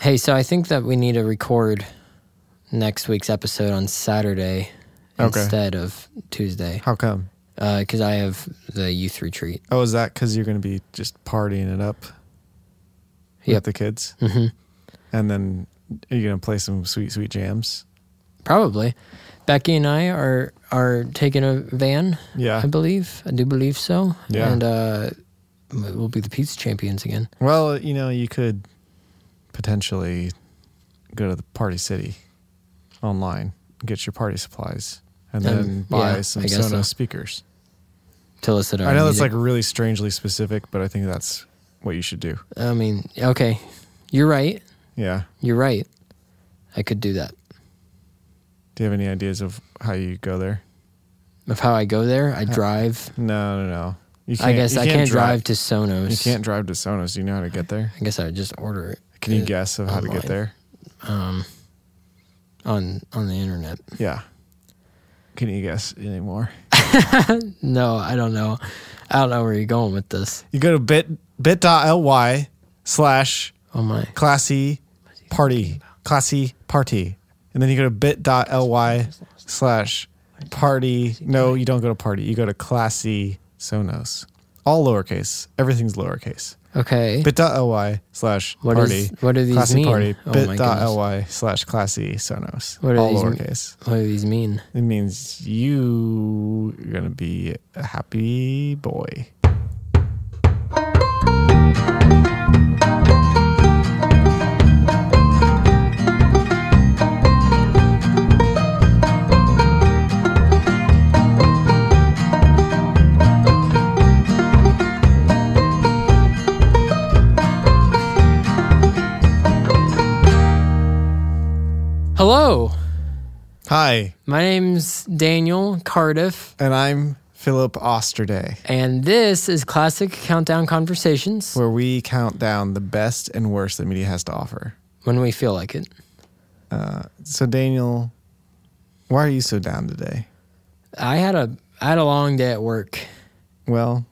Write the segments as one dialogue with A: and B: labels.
A: Hey, so I think that we need to record next week's episode on Saturday
B: Okay.
A: instead of Tuesday
B: How come?
A: because I have the youth retreat.
B: Oh, is that because you're going to be just partying it up
A: Yep.
B: with the kids?
A: Mhm.
B: And then are you going to play some sweet, sweet jams?
A: Probably. Becky and I are are taking a van,
B: Yeah.
A: I believe. I do believe so.
B: Yeah.
A: And uh, we'll be the pizza champions again.
B: Well, you know, you could potentially go to the Party City online, get your party supplies, and
A: Um,
B: then buy
A: yeah,
B: some
A: I guess
B: Sonos
A: so.
B: speakers.
A: To listen to
B: I
A: our
B: know that's like
A: music.
B: really strangely specific, but I think that's what you should do.
A: I mean, okay. You're right.
B: Yeah.
A: You're right. I could do that.
B: Do you have any ideas of how you go there?
A: Of how I go there, I drive.
B: No, no, no. You
A: I guess
B: you
A: I can't drive, to Sonos.
B: You can't drive to Sonos. Do you know how to get there?
A: I guess I would just order it.
B: Can you
A: uh,
B: guess of how to get
A: online.
B: there?
A: um, on on the internet.
B: Yeah. Can you guess anymore?
A: No, I don't know. I don't know where you're going with this.
B: You go to bit bit.ly slash
A: Oh my!
B: classy party. Classy party. And then you go to bit.ly slash party. No, you don't go to party. You go to classy Sonos. All lowercase. Everything's lowercase.
A: Okay.
B: bit.ly slash
A: What
B: party.
A: is- what do these
B: classy
A: mean?
B: party.
A: Oh my goodness.
B: bit.ly slash classy Sonos.
A: What do
B: All
A: these mean?
B: lowercase.
A: what do these mean?
B: It means you are gonna be a happy boy.
A: Hello,
B: Hi,
A: my name's Daniel Cardiff,
B: and I'm Philip Osterday,
A: and this is Classic Countdown Conversations
B: where we count down the best and worst that media has to offer.
A: when we feel like it.
B: So, Daniel, why are you so down today?
A: I had a I had a long day at work.
B: Well,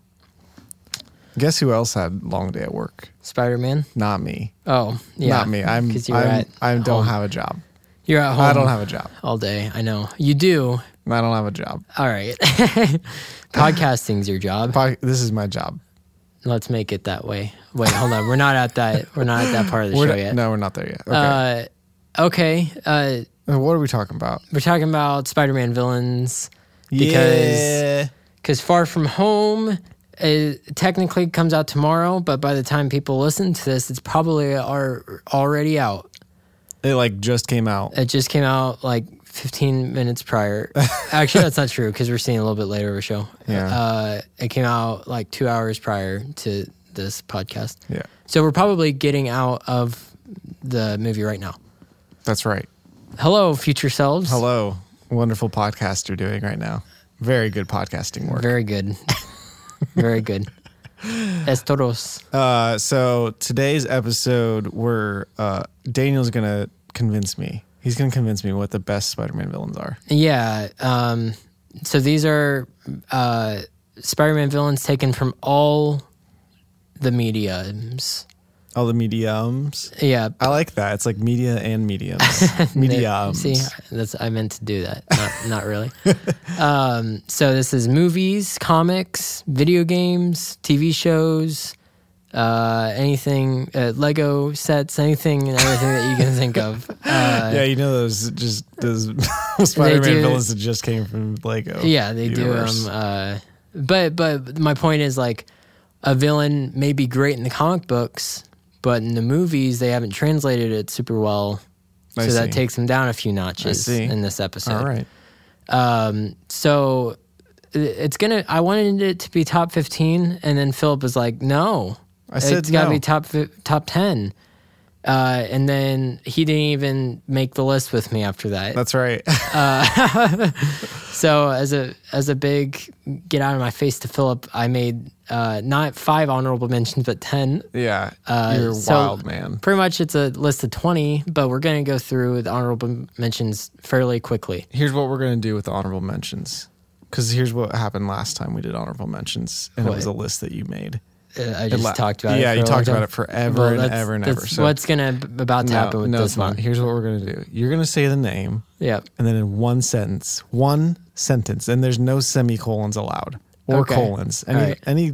B: guess who else had a long day at work?
A: Spider Man.
B: Not me.
A: Oh, yeah.
B: Not me. I'm.
A: 'Cause you're
B: I'm-
A: at
B: I don't
A: home.
B: have a job.
A: You're at home.
B: I don't have a job.
A: all day. I know you do.
B: I don't have a job.
A: All right. Podcasting's your job.
B: Pro- This is my job.
A: Let's make it that way. Wait, hold on. We're not at that. We're not at that part of the
B: We're
A: show
B: not-
A: yet.
B: No, we're not there yet. Okay.
A: Uh, okay. Uh,
B: what are we talking about?
A: we're talking about Spider-Man villains because
B: Yeah.
A: because Far From Home uh technically comes out tomorrow, but by the time people listen to this, it's probably are already out.
B: It like just came out.
A: It just came out like 15 minutes prior. Actually, that's not true because we're seeing a little bit later of a show.
B: Yeah.
A: Uh, it came out like two hours prior to this podcast.
B: Yeah,
A: So we're probably getting out of the movie right now.
B: that's right.
A: Hello, future selves.
B: Hello, wonderful podcast you're doing right now. Very good podcasting work.
A: Very good. Very good. Estoros.
B: Uh, so today's episode, we're uh, Daniel's gonna convince me. He's gonna convince me what the best Spider-Man villains are.
A: Yeah. Um, so these are uh, Spider Man villains taken from all the mediums.
B: All the mediums.
A: Yeah.
B: I like that. It's like media and mediums. mediums.
A: See, that's I meant to do that. Not, not really. um, so this is movies, comics, video games, TV shows, uh, anything, uh, Lego sets, anything and everything that you can think of. Uh,
B: yeah, you know those just those Spider-Man
A: do-
B: villains that just came from Lego.
A: yeah, they
B: universe.
A: do. Um, uh, but but my point is like a villain may be great in the comic books, but in the movies they haven't translated it super well.
B: I
A: so that
B: see.
A: takes them down a few notches
B: see.
A: in this episode.
B: All right.
A: Um, so i- it's gonna. I wanted it to be top fifteen, and then Philip was like, "No,
B: I said
A: it's gotta
B: no.
A: be top fi- top ten. Uh, and then he didn't even make the list with me after that.
B: That's right.
A: so as a as a big get out of my face to Philip, I made uh, not five honorable mentions, but ten.
B: yeah,
A: Uh,
B: you're
A: so
B: wild, man.
A: Pretty much, it's a list of twenty, but we're gonna go through the honorable mentions fairly quickly.
B: here's what we're going to do with the honorable mentions because here's what happened last time we did honorable mentions and
A: What?
B: it was a list that you made
A: uh, I
B: It
A: just
B: la-
A: talked about it.
B: Yeah,
A: for
B: you
A: a
B: talked
A: long
B: about
A: time.
B: it forever
A: Well,
B: and
A: that's-
B: ever and
A: that's
B: ever. So
A: what's gonna b- about to
B: no,
A: happen with
B: no,
A: this
B: it's not.
A: one?
B: Here's what we're gonna do. You're gonna say the name,
A: Yep.
B: and then in one sentence, one sentence, and there's no semicolons allowed or
A: Okay.
B: colons. Any,
A: All right.
B: any,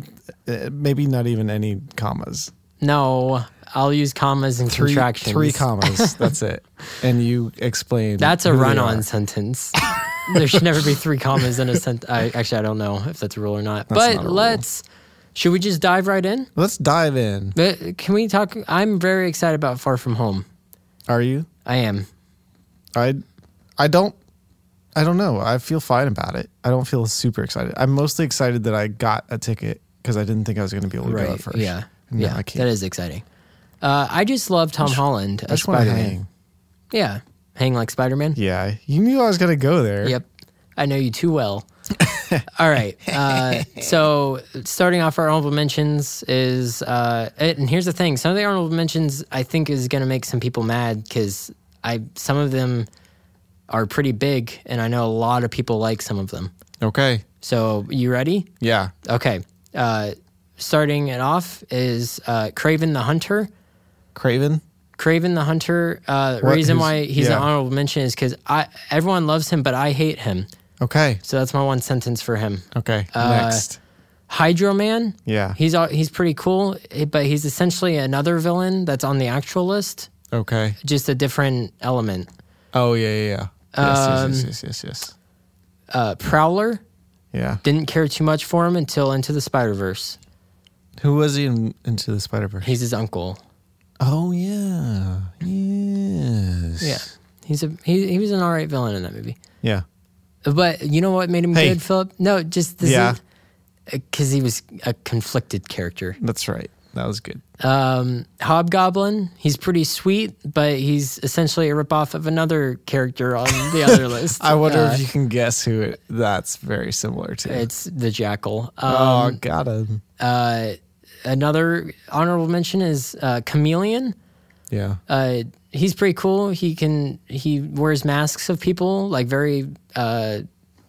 B: uh, maybe not even any commas.
A: No, I'll use commas and
B: Three,
A: contractions.
B: three commas. that's it. And you explain.
A: That's a
B: who they
A: run-on
B: are.
A: sentence. there should never be three commas in a sentence. I, actually, I don't know if that's a rule or not.
B: That's
A: but
B: not a rule.
A: let's. Should we just dive right in?
B: Let's dive in.
A: Uh, Can we talk? I'm very excited about Far From Home.
B: Are you?
A: I am.
B: I, I don't, I don't know. I feel fine about it. I don't feel super excited. I'm mostly excited that I got a ticket because I didn't think I was going to be able to go at first.
A: Yeah.
B: No,
A: yeah.
B: I can't.
A: That is exciting. Uh, I just love Tom Holland
B: I
A: as
B: just want to
A: Spider
B: hang.
A: Man. Yeah. Hang like Spider Man.
B: Yeah, you knew I was going to go there.
A: Yep. I know you too well. All right. Uh, so, starting off, our honorable mentions is, uh, it- and here's the thing some of the honorable mentions I think is going to make some people mad because I some of them are pretty big, and I know a lot of people like some of them.
B: Okay.
A: So, you ready?
B: Yeah.
A: Okay. Uh, starting it off is uh, Craven the Hunter.
B: Craven.
A: Craven the Hunter. Uh,
B: What?
A: reason
B: Who's-
A: why he's
B: yeah.
A: an honorable mention is because I everyone loves him, but I hate him.
B: Okay.
A: So that's my one sentence for him.
B: Okay.
A: Uh,
B: Next.
A: Hydro Man.
B: Yeah.
A: He's al- he's pretty cool, eh, but he's essentially another villain that's on the actual list,
B: Okay.
A: just a different element.
B: Oh yeah yeah yeah.
A: um,
B: Yes yes yes yes yes. yes.
A: Uh, Prowler
B: Yeah.
A: didn't care too much for him until Into the Spider Verse.
B: Who was he in Into the Spider Verse?
A: He's his uncle.
B: Oh yeah. Yes.
A: Yeah, he's a he, he was an alright villain in that movie.
B: Yeah.
A: But you know what made him
B: Hey.
A: good, Philip? No, just this
B: Yeah.
A: because he was a conflicted character.
B: That's right. That was good.
A: Um, Hobgoblin, he's pretty sweet, but he's essentially a ripoff of another character on the other list.
B: I wonder
A: Uh,
B: if you can guess who it. That's very similar to.
A: it's the Jackal.
B: oh,
A: Um,
B: got him.
A: uh, another honorable mention is uh, Chameleon.
B: Yeah.
A: Uh, he's pretty cool. He can he wears masks of people, like very uh,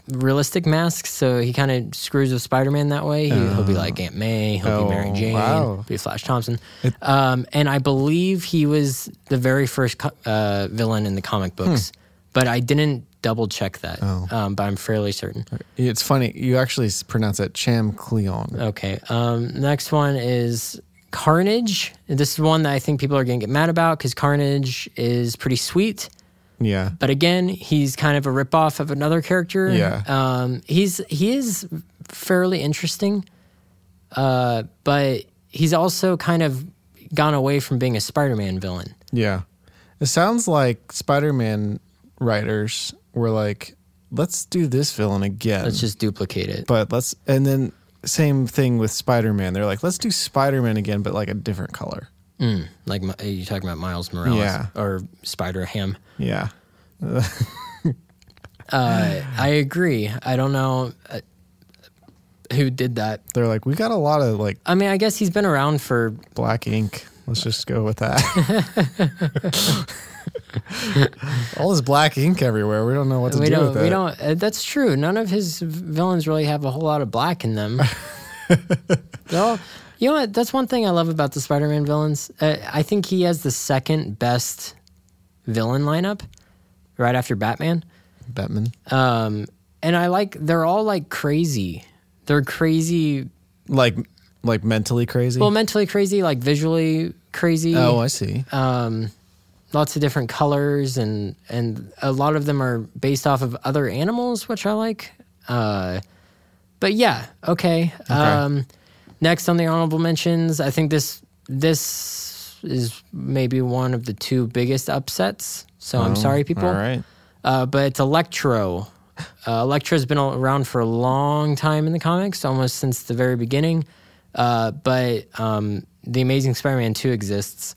A: realistic masks. So he kind of screws with Spider Man that way. He, will be like Aunt May. He'll be Mary
B: Oh,
A: Jane.
B: wow.
A: Be Flash Thompson. um, and I believe he was the very first co- uh, villain in the comic
B: Hmm.
A: books, but I didn't double check that.
B: Oh.
A: Um, but I'm fairly certain.
B: It's funny. You actually s- pronounce it Cham Cleon.
A: Okay. Um, next one is Carnage. This is one that I think people are going to get mad about because Carnage is pretty sweet.
B: Yeah.
A: But again, he's kind of a ripoff of another character.
B: Yeah.
A: Um, he's he is fairly interesting, uh, but he's also kind of gone away from being a Spider-Man villain.
B: Yeah. It sounds like Spider Man writers were like, let's do this villain again.
A: Let's just duplicate it.
B: but let's, and then same thing with Spider Man. They're like, let's do Spider Man again, but like a different color.
A: Mm, like Mi- you talking about Miles Morales
B: Yeah.
A: or Spider Ham.
B: Yeah.
A: Uh, I agree. I don't know uh, who did that.
B: They're like, we got a lot of like
A: I mean, I guess he's been around for
B: black ink. Let's just go with that. All this black ink everywhere. We don't know what to
A: we
B: do
A: don't
B: with it.
A: we don't uh, that's true none of his v- villains really have a whole lot of black in them They're all- you know what that's one thing i love about the spider-man villains uh, i think he has the second best villain lineup right after batman
B: Batman.
A: um, and i like they're all like crazy they're crazy
B: Like, like mentally crazy.
A: well mentally crazy like visually crazy
B: oh, I see.
A: um, lots of different colors and and a lot of them are based off of other animals, which I like. Uh, but yeah, okay. Um, next on the honorable mentions, I think this this is maybe one of the two biggest upsets. So I'm sorry, people.
B: Oh, All right.
A: Uh, but it's Electro. Uh, Electro's been al- around for a long time in the comics, almost since the very beginning. Uh, but um, the Amazing Spider-Man two exists,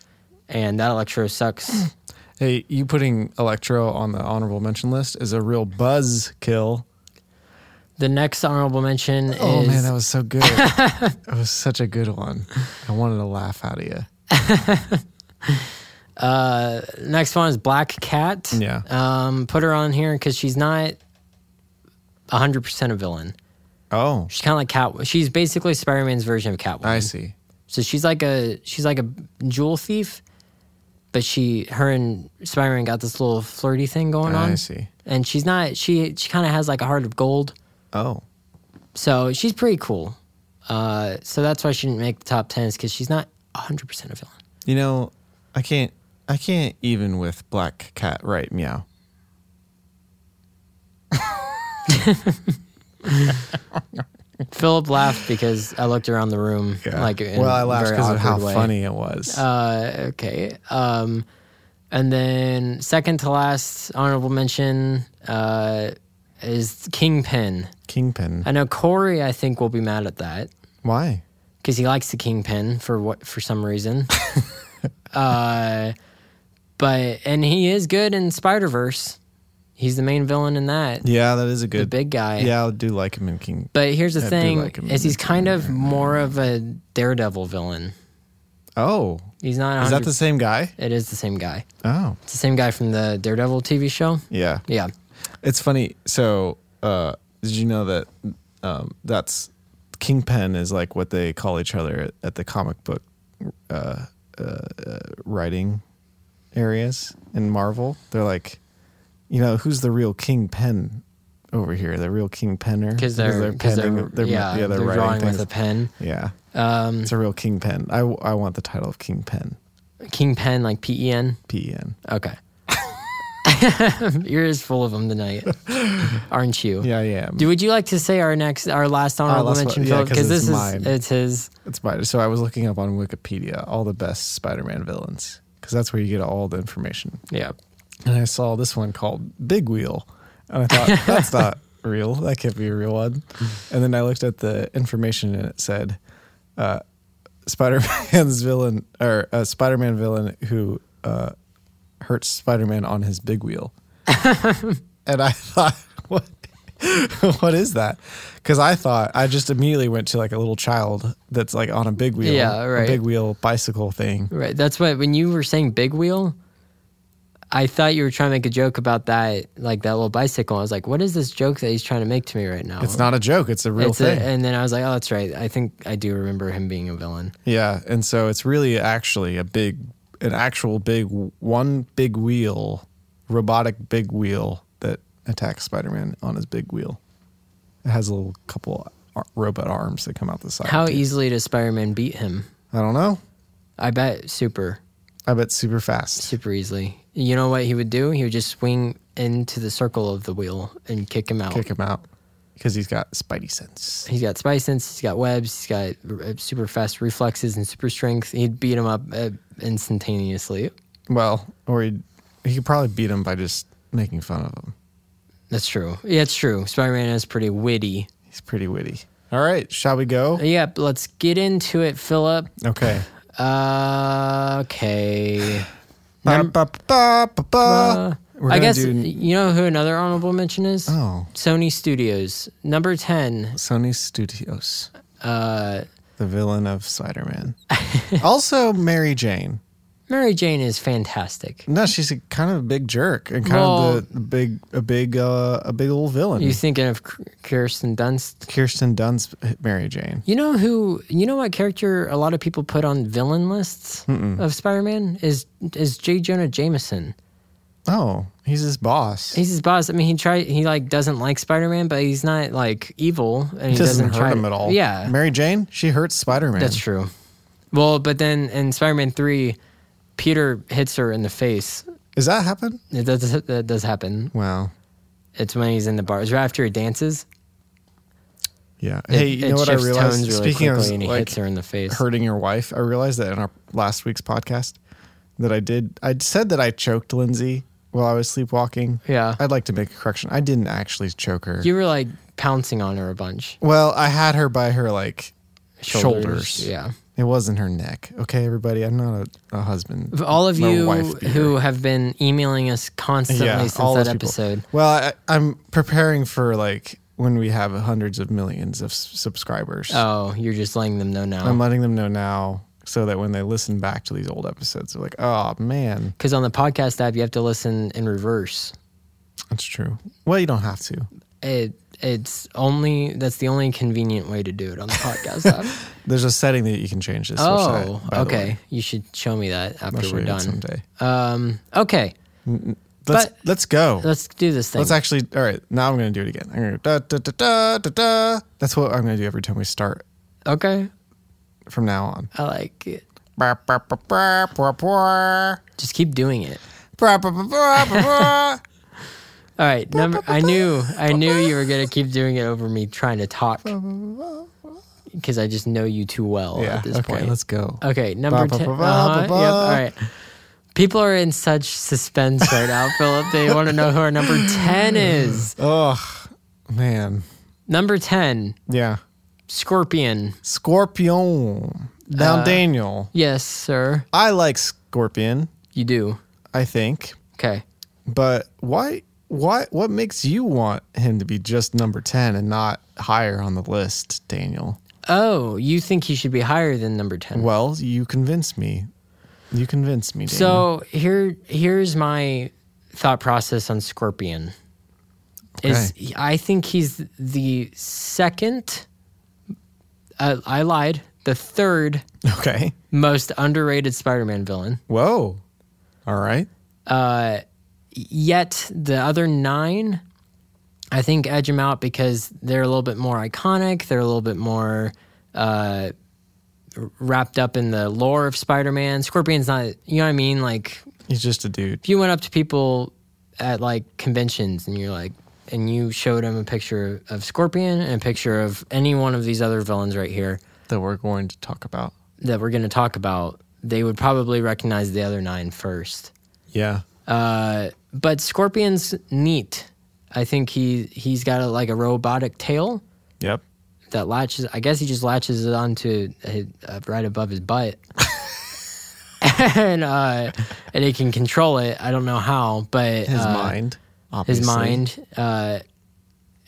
A: and that Electro sucks.
B: Hey, you putting Electro on the honorable mention list is a real buzz kill.
A: the next honorable mention
B: Oh
A: is
B: man, that was so good. it was such a good one. I wanted to laugh out of you.
A: uh, next one is Black Cat.
B: Yeah.
A: um, put her on here because she's not hundred percent a villain.
B: Oh,
A: She's kind of like Cat. She's basically Spider-Man's version of Catwoman.
B: I see.
A: So she's like a she's like a jewel thief, but she her and Spider-Man got this little flirty thing going on.
B: I see.
A: And she's not she she kind of has like a heart of gold.
B: Oh,
A: So she's pretty cool. Uh, so that's why she didn't make the top 10 is because she's not 100% a villain.
B: you know, I can't. I can't even with Black Cat. Right? Meow.
A: Philip laughed because I looked around the room. Like, in
B: well,
A: a
B: I laughed
A: very
B: because of how
A: awkward way.
B: funny it was.
A: Uh, okay. Um, and then second to last honorable mention uh, is Kingpin.
B: Kingpin.
A: I know Corey, I think, will be mad at that
B: Why?
A: because he likes the Kingpin for what for some reason. uh, but and he is good in Spider Verse. He's the main villain in that.
B: Yeah, that is a
A: The
B: good.
A: big guy.
B: yeah, I do like him in King.
A: But here's the
B: I do
A: thing:
B: like him in
A: is he's
B: the
A: kind of more of a daredevil villain.
B: Oh,
A: He's not.
B: is that
A: 100
B: the same guy?
A: It is the same guy.
B: Oh,
A: It's the same guy from the Daredevil TV show.
B: yeah.
A: Yeah.
B: It's funny. So, uh, did you know that um, that's Kingpin is like what they call each other at, at the comic book uh, uh, uh, writing areas in Marvel? They're like, you know, who's the real Kingpin over here? The real Kingpinner?
A: Because they're, because they're,
B: penning- they're-
A: yeah,
B: they're
A: they're,
B: writing
A: drawing
B: things.
A: with a pen.
B: Yeah,
A: Um,
B: it's a real Kingpin. I, I want the title of Kingpin.
A: Kingpin, like P E N.
B: P E N.
A: Okay. You're just full of them tonight, aren't you?
B: Yeah, yeah.
A: Do, would you like to say our next, our last honorable
B: last one-
A: mention,
B: yeah,
A: Philip?
B: 'cause
A: Because this
B: it's
A: is,
B: mine.
A: it's his.
B: It's Spider. So I was looking up on Wikipedia all the best Spider-Man villains because that's where you get all the information.
A: Yeah.
B: And I saw this one called Big Wheel, and I thought that's not real. That can't be a real one. And then I looked at the information, and it said uh, Spider-Man's villain or a Spider-Man villain who uh, hurts Spider-Man on his big wheel. and I thought, what? what is that? Because I thought I just immediately went to like a little child that's like on a big wheel,
A: Yeah,
B: a
A: right.
B: big wheel bicycle thing.
A: Right. That's what when you were saying big wheel, I thought you were trying to make a joke about that, like that little bicycle. I was like, what is this joke that he's trying to make to me right now?
B: It's not a joke; it's a real
A: It's a-
B: thing.
A: and then I was like, oh, that's right. I think I do remember him being a villain.
B: Yeah, and so it's really actually a big, an actual big one big wheel, robotic big wheel that attacks Spider-Man on his big wheel. It has a little couple ar- robot arms that come out the side.
A: How e-
B: too.
A: easily does Spider Man beat him?
B: I don't know.
A: I bet super,
B: I bet super fast.
A: super easily. You know what he would do? He would just swing into the circle of the wheel and kick him out.
B: Kick him out because he's got Spidey sense.
A: He's got spy sense, he's got webs, he's got uh, super fast reflexes and super strength. He'd beat him up uh, instantaneously.
B: Well, or he he could probably beat him by just making fun of him.
A: That's true. Yeah, it's true. Spider Man is pretty witty.
B: He's pretty witty. All right, shall we go?
A: Yep, let's get into it, Philip.
B: Okay.
A: Uh, okay.
B: Ba-ba-ba-ba-ba.
A: Uh,
B: We're
A: I
B: gonna
A: guess
B: do-
A: you know who another honorable mention is?
B: Oh.
A: Sony Studios. Number 10.
B: Sony Studios,
A: Uh,
B: the villain of Spider Man. also, Mary Jane.
A: Mary Jane is fantastic.
B: No, she's a, kind of a big jerk and kind
A: Well-
B: of the big, a big, uh, a big old villain.
A: You thinking of K- Kirsten Dunst?
B: Kirsten Dunst, Mary Jane.
A: You know who? You know what character a lot of people put on villain lists of Spider-Man is is J. Jonah Jameson.
B: Oh, he's his boss.
A: He's his boss. I mean, he try he like doesn't like Spider-Man, but he's not like evil, and he,
B: He doesn't, hurt
A: try,
B: him at all.
A: Yeah,
B: Mary Jane, she hurts Spider Man.
A: That's true. Well, but then in Spider-Man three, Peter hits her in the face.
B: Does that happen?
A: It does, that does happen.
B: Wow.
A: It's when he's in the bar. It's right after he dances.
B: Yeah.
A: It,
B: hey, you
A: it
B: know what I
A: shifts
B: realized?
A: Tones really
B: Speaking
A: quickly,
B: of
A: and he
B: like,
A: hits her in the face.
B: hurting your wife. I realized that in our last week's podcast that I did I said that I choked Lindsay while I was sleepwalking.
A: Yeah.
B: I'd like to make a correction. I didn't actually choke her.
A: You were like pouncing on her a bunch.
B: well, I had her by her like
A: Shoulders,
B: shoulders.
A: yeah.
B: It wasn't her neck. Okay, everybody. I'm not a, a husband.
A: All of
B: or
A: you
B: wife beater.
A: who have been emailing us constantly
B: yeah,
A: since
B: all
A: that
B: those people.
A: episode.
B: Well, I, I'm preparing for like when we have hundreds of millions of s- subscribers.
A: Oh, you're just letting them know
B: I'm
A: now.
B: letting them know now so that when they listen back to these old episodes, they're like, "Oh man,
A: Because on the podcast app, you have to listen in reverse.
B: That's true. Well, you don't have to.
A: It, it's only that's the only convenient way to do it on the podcast app.
B: There's a setting that you can change this.
A: oh, okay. You should show me that after
B: I'll show
A: we're
B: you it
A: done.
B: someday.
A: Um, okay,
B: Let's
A: But-
B: let's go. Let's,
A: let's do this thing.
B: actually. All right, now I'm gonna do it again. I'm gonna go da da da da da da. That's what I'm gonna do every time we start
A: okay,
B: from now on.
A: I like it.
B: Ba, ba, ba, ba, ba, ba.
A: Just keep doing it.
B: Ba, ba, ba, ba, ba, ba.
A: All right, number. I knew, I knew you were gonna keep doing it over me trying to talk, because I just know you too well
B: Yeah.
A: at this
B: okay,
A: point. Uh,
B: let's go.
A: Okay, number
B: Ba, ba,
A: ten.
B: ba, ba,
A: uh-huh,
B: ba, ba.
A: Yep. All right. People are in such suspense right now, Philip. They want to know who our number ten is.
B: Oh man.
A: Number ten,
B: Yeah.
A: Scorpion.
B: Scorpion. Now,
A: Uh,
B: Daniel.
A: Yes, sir.
B: I like Scorpion.
A: You do.
B: I think.
A: Okay.
B: But why? Why? What makes you want him to be just number ten and not higher on the list, Daniel?
A: Oh, you think he should be higher than number ten?
B: Well, you convince me. You convince me, Daniel.
A: So here, here's my thought process on Scorpion. Is I think he's the second. Uh, I lied. The third
B: okay.
A: most underrated Spider-Man villain.
B: Whoa. All right.
A: Yet the other nine, I think edge them out because they're a little bit more iconic. They're a little bit more uh, wrapped up in the lore of Spider-Man. Scorpion's not. You know what I mean? Like
B: He's just a dude.
A: if you went up to people at like conventions and you're like and you showed them a picture of scorpion and a picture of any one of these other villains right here
B: that we're going to talk about.
A: that we're going to talk about they would probably recognize the other nine first
B: Yeah.
A: uh, but scorpion's neat i think he he's got a, like a robotic tail
B: Yep.
A: that latches i guess he just latches it onto his, uh, right above his butt and uh and he can control it i don't know how but
B: His
A: uh,
B: mind. Obviously.
A: his mind. Uh,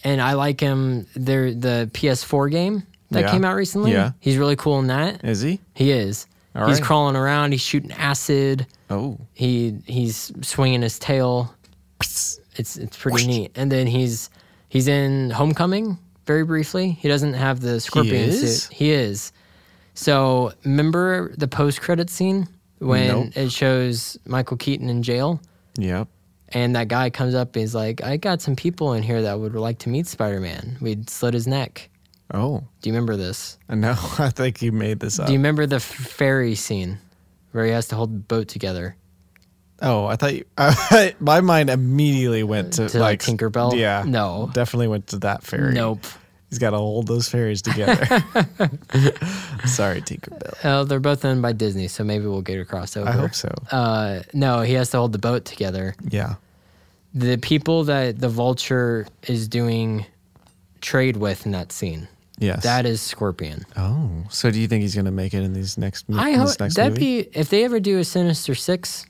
A: and I like him. There, the PS4 game that
B: Yeah.
A: came out recently.
B: Yeah.
A: he's really cool in that.
B: Is he?
A: He is.
B: All
A: he's
B: right.
A: crawling around. He's shooting acid.
B: Oh.
A: He he's swinging his tail. It's it's pretty neat. And then he's he's in Homecoming very briefly. He doesn't have the scorpion
B: is?
A: suit. He is. So remember the post credit scene when
B: Nope.
A: it shows Michael Keaton in jail.
B: Yep.
A: And that guy comes up and he's like, I got some people in here that would like to meet Spider Man. We'd slit his neck.
B: Oh.
A: Do you remember this?
B: I know. I think you made this up.
A: Do you remember the f- ferry scene where he has to hold the boat together?
B: oh, I thought you, I, my mind immediately went to,
A: To,
B: like
A: like, Tinkerbell?
B: Yeah.
A: No.
B: Definitely went to that fairy.
A: Nope.
B: He's got to hold those fairies together. Sorry, Tinkerbell.
A: Oh, they're both owned by Disney, so maybe we'll get a crossover.
B: I hope so.
A: Uh, no, he has to hold the boat together.
B: Yeah.
A: The people that the vulture is doing trade with in that scene,
B: Yes.
A: that is Scorpion.
B: Oh, so do you think he's going to make it in these next? mo-
A: I
B: in
A: hope
B: this next
A: that'd
B: movie?
A: be, if they ever do a Sinister Six,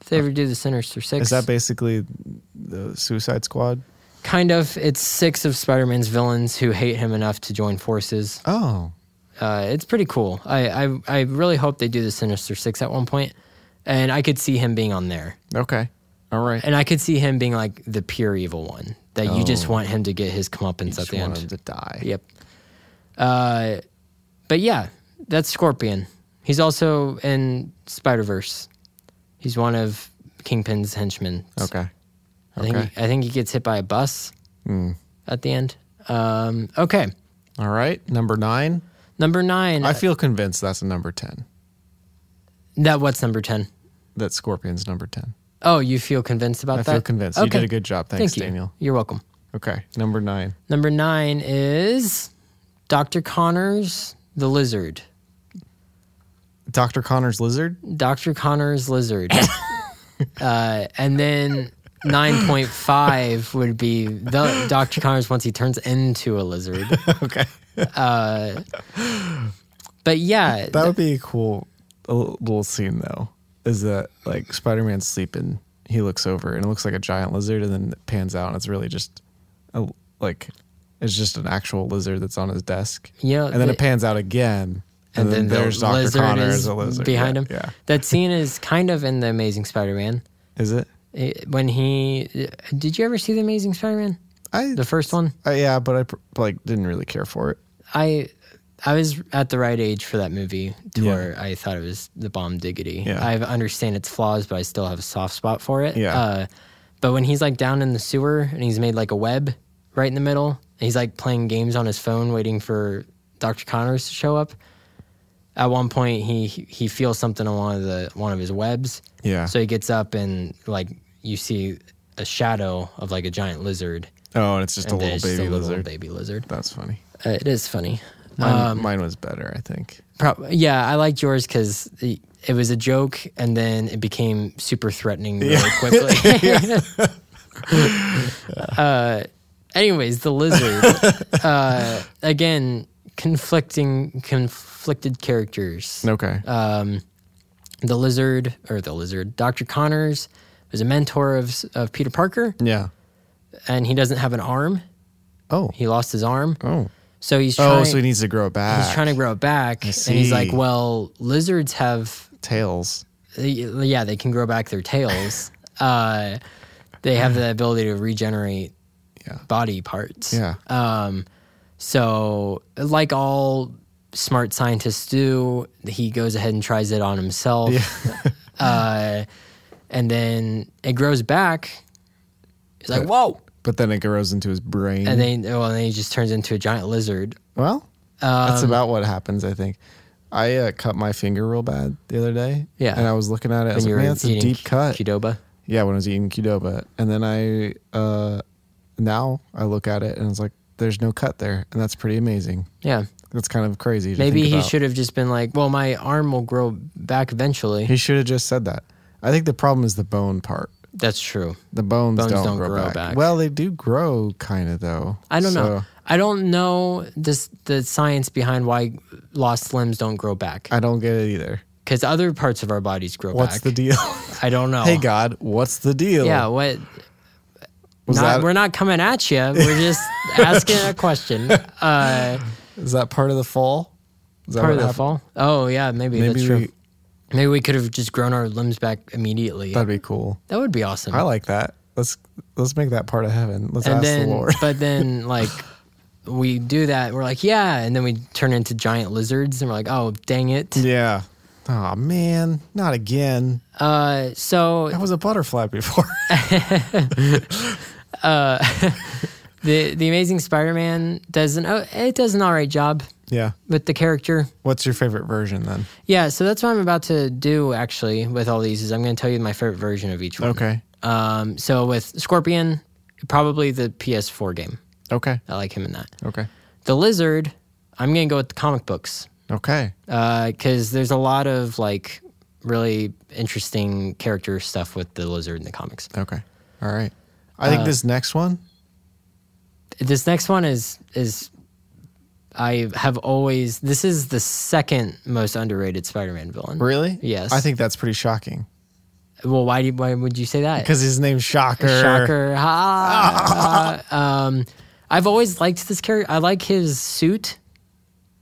A: if they ever do the Sinister Six.
B: Is that basically the Suicide Squad?
A: Kind of. It's six of Spider Man's villains who hate him enough to join forces.
B: Oh,
A: Uh, it's pretty cool. I, I, I really hope they do the Sinister Six at one point, And I could see him being on there.
B: okay, all right.
A: And I could see him being like the pure evil one that you just
B: Oh.
A: want him to get his comeuppance at
B: Just
A: the
B: want him
A: end.
B: to die.
A: Yep. Uh, but yeah, that's Scorpion. He's also in Spider Verse. He's one of Kingpin's henchmen.
B: Okay.
A: I think,
B: Oh, Okay. Hmm.
A: he, I think he gets hit by a bus at the end. Um, okay.
B: All right. Number nine.
A: Number nine.
B: I feel convinced that's a number ten.
A: that what's number ten?
B: That Scorpion's number ten.
A: Oh, you feel convinced about
B: I
A: that?
B: feel convinced. You did a good job. Thanks,
A: Thank you.
B: Daniel.
A: You're welcome.
B: Okay. Number nine.
A: Number nine is Dr. Connors the lizard.
B: Doctor Connor's lizard.
A: Dr. Connors lizard. uh, and then nine point five would be the Dr. Connors once he turns into a lizard.
B: okay.
A: But yeah,
B: That would be a cool a l- little scene though. Is that like Spider Man's sleeping? He looks over and it looks like a giant lizard, and then it pans out and it's really just a, like it's just an actual lizard that's on his desk.
A: You know,
B: and then
A: the-
B: it pans out again, and, then, there's Doctor
A: lizard
B: Connor
A: is
B: as a lizard
A: behind
B: Yeah,
A: him.
B: Yeah,
A: That scene is kind of in the Amazing Spider-Man.
B: is it?
A: It- when he did you ever see the Amazing Spider-Man?
B: I,
A: The first one,
B: I yeah, but I pr- like didn't really care for it.
A: I I was at the right age for that movie to
B: Yeah.
A: where I thought it was the bomb diggity.
B: Yeah.
A: I understand its flaws, but I still have a soft spot for it.
B: Yeah.
A: Uh, but when he's like down in the sewer and he's made like a web right in the middle, and he's like playing games on his phone waiting for Dr. Connors to show up. At one point, he he feels something on one of the one of his webs.
B: Yeah.
A: So he gets up and like you see a shadow of like a giant lizard.
B: oh, and it's just a
A: and then
B: little
A: it's
B: baby
A: just a
B: lizard.
A: Little baby lizard.
B: That's funny.
A: Uh, it is funny.
B: Mine,
A: um,
B: mine was better, I think.
A: Prob- yeah, I liked yours because it was a joke, and then it became super threatening really quickly. uh, anyways, the lizard. uh, again, conflicting, conflicted characters.
B: Okay.
A: uh, The lizard, or the lizard, Doctor Connors was a mentor of s- of Peter Parker,
B: yeah.
A: and he doesn't have an arm.
B: Oh.
A: He lost his arm,
B: Oh.
A: so he's
B: Oh,
A: trying.
B: so he needs to grow it back.
A: He's trying to grow it back, and he's like,
B: see.
A: "Well, lizards have
B: tails.
A: yeah, they can grow back their tails. uh, they have the ability to regenerate
B: Yeah.
A: body parts.
B: Yeah.
A: Um, so, like all smart scientists do, he goes ahead and tries it on himself. uh, and then it grows back. He's like,
B: But-
A: whoa.
B: But then it grows into his brain.
A: And then, well, and then he just turns into a giant lizard.
B: well,
A: um,
B: that's about what happens, I think. I uh, cut my finger real bad the other day.
A: Yeah.
B: And I was looking at it. I
A: And
B: was like,
A: you're
B: man, that's a
A: eating
B: deep cut.
A: Qdoba.
B: Yeah, when I was eating Qdoba. And then I, uh, now I look at it and it's like, there's no cut there. And that's pretty amazing.
A: Yeah.
B: That's kind of crazy. To
A: Maybe
B: think
A: he
B: about.
A: should have just been like, well, my arm will grow back eventually.
B: He should have just said that. I think the problem is the bone part.
A: That's true.
B: The bones,
A: Bones
B: don't,
A: don't
B: grow,
A: grow
B: back.
A: back.
B: Well, they do grow, kind of though.
A: I don't know.
B: So,
A: I don't know this the science behind why lost limbs don't grow back
B: I don't get it either.
A: because other parts of our bodies grow
B: What's
A: back.
B: the deal?
A: I don't know.
B: hey God, what's the deal?
A: Yeah, what?
B: Was
A: not-
B: that-
A: we're not coming at you. We're just asking a question. Uh,
B: Is that part of the fall? Is that
A: part of
B: what
A: the
B: happened?
A: fall. Oh yeah, maybe, that's
B: Maybe
A: true.
B: we-
A: maybe we could have just grown our limbs back immediately.
B: That'd be cool.
A: that would be awesome.
B: I like that. Let's let's make that part of heaven. Let's
A: and
B: ask
A: then,
B: the Lord.
A: but then like we do that. We're like, yeah, and then we turn into giant lizards, and we're like, oh dang it.
B: yeah. Oh man, not again.
A: Uh, so
B: That was a butterfly before.
A: the the Amazing Spider-Man does an oh, it does an all right job
B: yeah.
A: with the character.
B: What's your favorite version then?
A: Yeah, so that's what I'm about to do actually with all these is I'm going to tell you my favorite version of each one.
B: Okay.
A: Um, so with Scorpion, probably the PS4 game.
B: Okay.
A: I like him in that.
B: Okay.
A: The Lizard, I'm going to go with the comic books
B: Okay.
A: because there's a lot of like really interesting character stuff with the lizard in the comics.
B: Okay. All right. I
A: Uh,
B: think this next one.
A: this next one is is I have always this is the second most underrated Spider-Man villain.
B: Really?
A: Yes.
B: I think that's pretty shocking
A: Well, why do, why would you say that?
B: because his name's Shocker.
A: Shocker. Ha. um, I've always liked this character. I like his suit.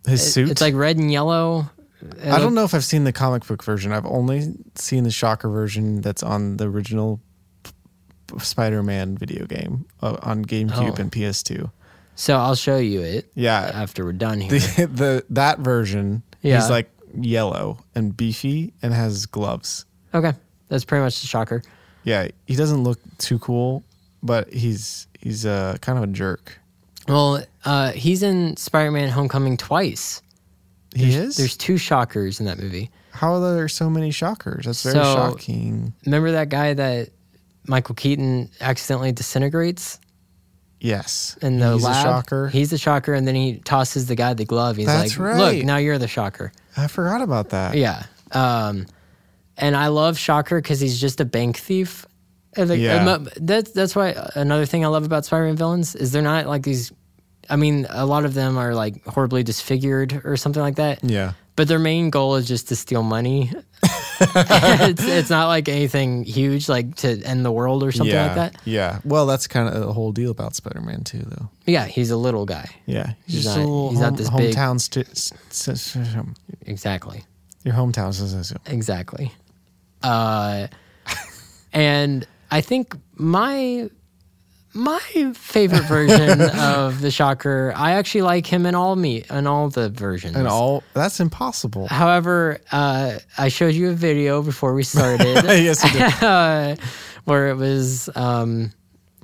B: His suit.
A: It's like red and yellow.
B: I don't know if I've seen the comic book version. I've only seen the Shocker version that's on the original p- p- Spider-Man video game uh, on GameCube
A: Oh.
B: and PS2.
A: So I'll show you it
B: Yeah.
A: after we're done
B: The,
A: here.
B: the that version
A: Yeah.
B: he's like yellow and beefy and has gloves.
A: okay, that's pretty much the shocker.
B: Yeah, he doesn't look too cool, but he's he's uh, kind of a jerk.
A: Well, uh, he's in Spider-Man: Homecoming twice.
B: He is.
A: There's two shockers in that movie.
B: How are there so many shockers? That's very
A: So-
B: shocking.
A: Remember that guy that Michael Keaton accidentally disintegrates
B: Yes.
A: in the
B: he's
A: lab?
B: a shocker.
A: He's the shocker, and then he tosses the guy the glove. He's
B: That's
A: like, "Look,
B: right.
A: now you're the shocker."
B: I forgot about that.
A: Yeah. Um, and I love Shocker because he's just a bank thief. And like,
B: Yeah.
A: and mo- that's that's why uh, another thing I love about Spider-Man villains is they're not like these. I mean, a lot of them are like horribly disfigured or something like that.
B: Yeah.
A: But their main goal is just to steal money. it's, it's not like anything huge, like to end the world or something
B: yeah.
A: like that.
B: Yeah. Well, that's kind of the whole deal about Spider Man, too, though.
A: Yeah, he's a little guy.
B: Yeah. He's,
A: He's
B: just
A: not-
B: a little
A: he's not
B: home-
A: this big.
B: hometown. Sti- s- s- s- um,
A: Exactly.
B: your hometown. s- s- s-
A: Exactly. Uh, and I think my my favorite version of the Shocker. I actually like him in all me in all the versions.
B: And all that's impossible.
A: However, uh, I showed you a video before we started
B: yes, you did.
A: uh, where it was um,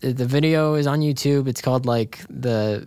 A: the video is on YouTube. It's called like the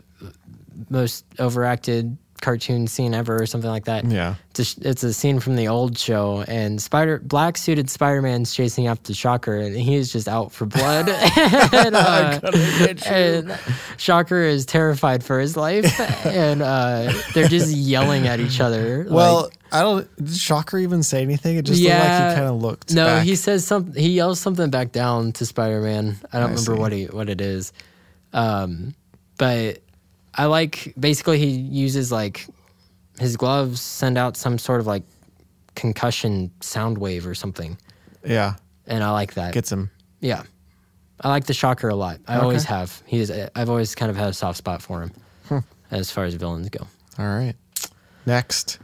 A: most overacted cartoon scene ever or something like that.
B: Yeah.
A: It's a, sh- it's a scene from the old show, and Spider black suited Spider Man's chasing after Shocker, and he is just out for blood. and, uh,
B: Oh,
A: and Shocker is terrified for his life, and uh, they're just yelling at each other.
B: Well,
A: like-
B: I don't. Did Shocker even say anything? It just looked like
A: Yeah.
B: he kind of looked.
A: no,
B: back.
A: he says something. He yells something back down to Spider Man. I don't
B: I
A: remember
B: see.
A: what he what it is, um, but I like basically he uses like his gloves send out some sort of like concussion sound wave or something,
B: yeah
A: and I like that.
B: gets him.
A: yeah, I like the Shocker a lot. I always
B: Okay.
A: have. He's I've always kind of had a soft spot for him
B: Hmm.
A: as far as villains go.
B: All right. Next,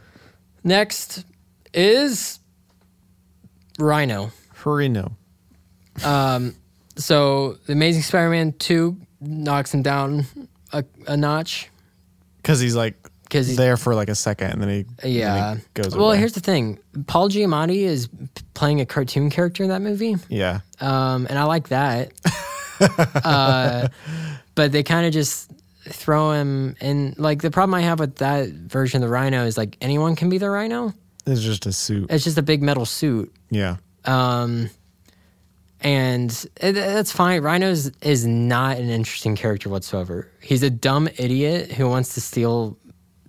A: Next is Rhino.
B: Hurino.
A: So the Amazing Spider-Man two knocks him down a, a notch
B: because he's like
A: 'Cause he's-
B: there for like a second and then he then he
A: Yeah.
B: goes
A: well,
B: away.
A: here's the thing: Paul Giamatti is p- playing a cartoon character in that movie,
B: yeah
A: um, and I like that. uh, but they kind of just throw him in. Like the problem I have with that version of the Rhino is like anyone can be the Rhino.
B: it's just a suit
A: It's just a big metal suit.
B: yeah
A: Um, and it, that's fine. Rhino's is not an interesting character whatsoever. He's a dumb idiot who wants to steal,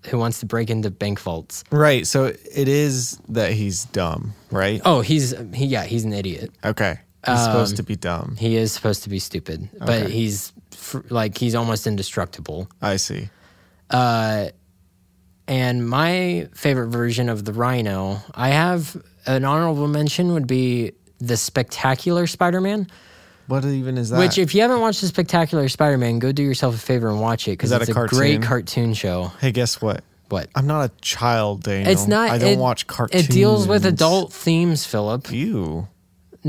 A: who wants to break into bank vaults.
B: right so it is that he's dumb right
A: Oh, he's he, yeah, he's an idiot.
B: okay
A: Um,
B: he's supposed to be dumb
A: He is supposed to be stupid, but he's fr- like he's almost indestructible.
B: i see
A: And my favorite version of the Rhino, I have an honorable mention would be the Spectacular Spider-Man.
B: what even is that
A: Which, if you haven't watched the Spectacular Spider-Man, go do yourself a favor and watch it because
B: Is that
A: it's
B: a
A: a, great
B: cartoon?
A: cartoon show.
B: hey guess what
A: What?
B: i'm not a child Daniel.
A: It's not.
B: i don't
A: it-
B: watch cartoons
A: It deals with adult themes, Philip.
B: you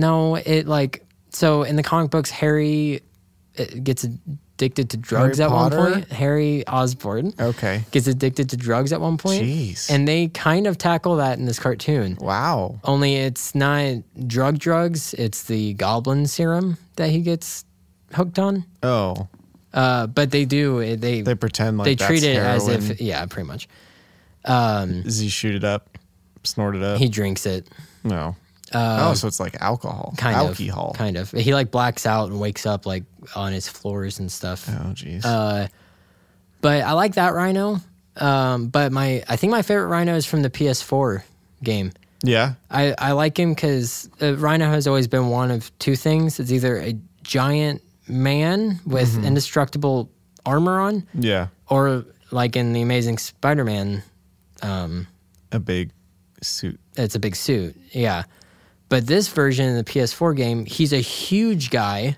A: No, it like so in the comic books, Harry uh, gets addicted to drugs at one
B: Potter?
A: point. Harry Osborn
B: okay
A: gets addicted to drugs at one point,
B: Jeez.
A: and they kind of tackle that in this cartoon.
B: wow
A: Only it's not drug drugs; it's the goblin serum that he gets hooked on.
B: oh
A: Uh, but they do it- they
B: they pretend like
A: they
B: that's
A: treat it
B: heroin.
A: as if yeah, pretty much.
B: does he shoot it up snort it up
A: He drinks it,
B: no oh so it's like alcohol
A: kind
B: alcohol
A: of, kind of. He like blacks out and wakes up like on his floors and stuff.
B: oh jeez
A: Uh, But I like that Rhino. Um, but my I think my favorite Rhino is from the PS4 game.
B: yeah
A: I, I like him because uh, Rhino has always been one of two things. It's either a giant man with
B: Mm-hmm.
A: indestructible armor on,
B: yeah
A: or like in the Amazing Spider-Man
B: a big suit.
A: it's a big suit. Yeah. But this version of the PS4 game, he's a huge guy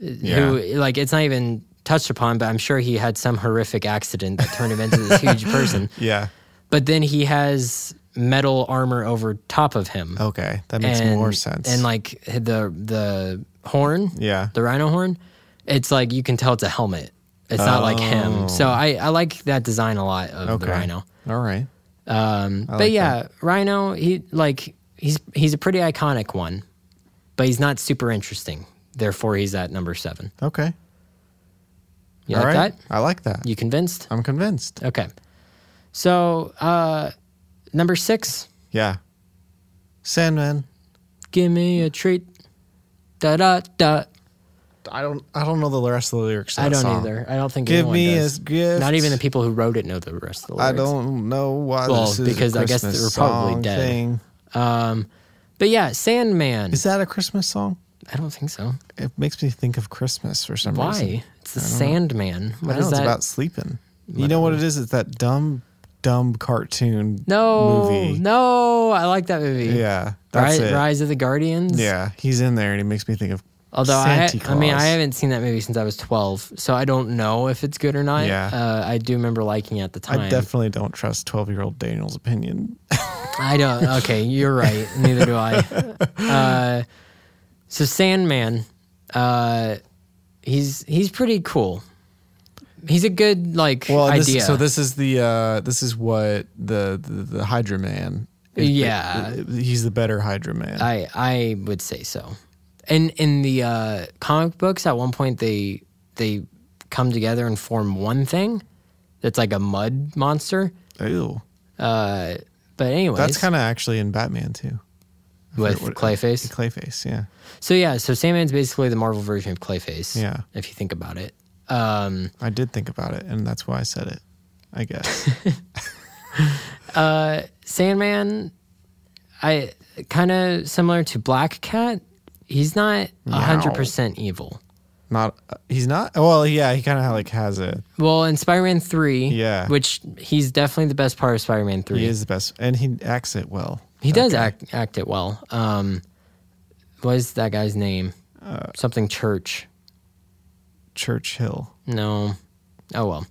A: who like it's not even touched upon, but I'm sure he had some horrific accident that turned him into this huge person.
B: Yeah.
A: But then he has metal armor over top of him.
B: Okay, that Oh, makes
A: and,
B: more sense.
A: And like the the horn,
B: yeah,
A: the rhino horn, it's like you can tell it's a helmet. It's not like him. So I, I like that design a lot of the
B: Oh. Okay.
A: rhino.
B: All right.
A: Um, but
B: like
A: yeah, Rhino, he like he's he's a pretty iconic one, but he's not super interesting. Therefore, he's at number seven.
B: Okay.
A: You
B: All
A: like
B: right.
A: that?
B: I like that.
A: You convinced?
B: I'm convinced.
A: Okay. So uh, number six,
B: Yeah. Sandman.
A: give me a treat. Da da da.
B: I don't. I don't know the rest of the lyrics. To
A: I
B: that
A: don't
B: song.
A: either. I don't think
B: Give
A: anyone
B: me
A: does.
B: a gift.
A: Not even the people who wrote it know the rest of the lyrics.
B: I don't know why.
A: Well,
B: this is
A: because
B: a
A: I guess
B: Christmas
A: they were probably
B: song
A: dead.
B: Thing.
A: But yeah, Sandman.
B: Is that a Christmas song?
A: I don't think so.
B: It makes me think of Christmas for some reason.
A: Why? It's the Sandman.
B: I
A: What
B: know
A: is
B: it's
A: that?
B: about sleeping. You know what it is? It's that dumb, dumb cartoon
A: no,
B: movie.
A: no. I like that movie.
B: Yeah,
A: Rise,
B: that's it.
A: Rise of the Guardians.
B: Yeah, he's in there, and he makes me think of
A: Although I,
B: Santa
A: I mean,
B: Claus.
A: I haven't seen that movie since I was 12, so I don't know if it's good or not.
B: Yeah.
A: Uh, I do remember liking it at the time.
B: I definitely don't trust twelve-year-old Daniel's opinion.
A: I don't. Okay, you're right. Neither do I. Uh, so Sandman, uh, he's he's pretty cool. He's a good like
B: Well, and this,
A: idea.
B: so this is the uh, this is what the the, the Hydra Man. is-
A: Yeah.
B: he's the better Hydra Man.
A: I I would say so. In in the uh, comic books, at one point they they come together and form one thing that's like a mud monster.
B: Ew.
A: Uh, but anyways,
B: That's kind of actually in Batman too.
A: of with
B: what-
A: Clayface.
B: Clayface, yeah.
A: So yeah, so Sandman's basically the Marvel version of Clayface.
B: Yeah.
A: if you think about it. Um,
B: I did think about it, and that's why I said it. I guess.
A: Sandman, I kind of similar to Black Cat. He's not hundred percent evil.
B: not. uh, He's not. Well, yeah. He kind of like has a.
A: Well, in Spider-Man three,
B: Yeah.
A: which he's definitely the best part of Spider-Man three.
B: He is the best, and he acts it well.
A: He does act act it well. Um, what is that guy's name?
B: Uh,
A: Something Church.
B: Churchill.
A: No. Oh well.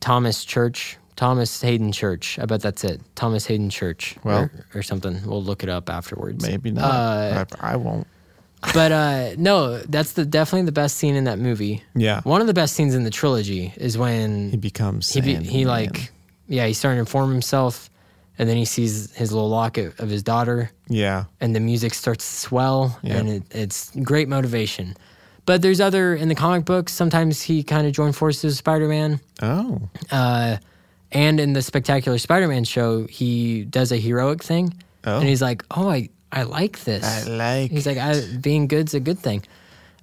A: Thomas Church. Thomas Hayden Church. I bet that's it. Thomas Hayden Church.
B: Well-
A: or, or something. We'll look it up afterwards.
B: Maybe not.
A: Uh,
B: I, I won't.
A: But uh, no, that's the definitely the best scene in that movie.
B: Yeah.
A: One of the best scenes in the trilogy is when
B: He becomes.
A: he be, he
B: Sandman.
A: like yeah he's starting to inform himself, and then he sees his little locket of his daughter.
B: Yeah.
A: and the music starts to swell
B: Yeah.
A: and it, it's great motivation but there's other in the comic books sometimes he kind of joined forces with spider-man
B: Oh.
A: uh, and in the spectacular spider-man show he does a heroic thing
B: Oh.
A: and he's like oh i, I like this
B: I like
A: he's like I, being good's a good thing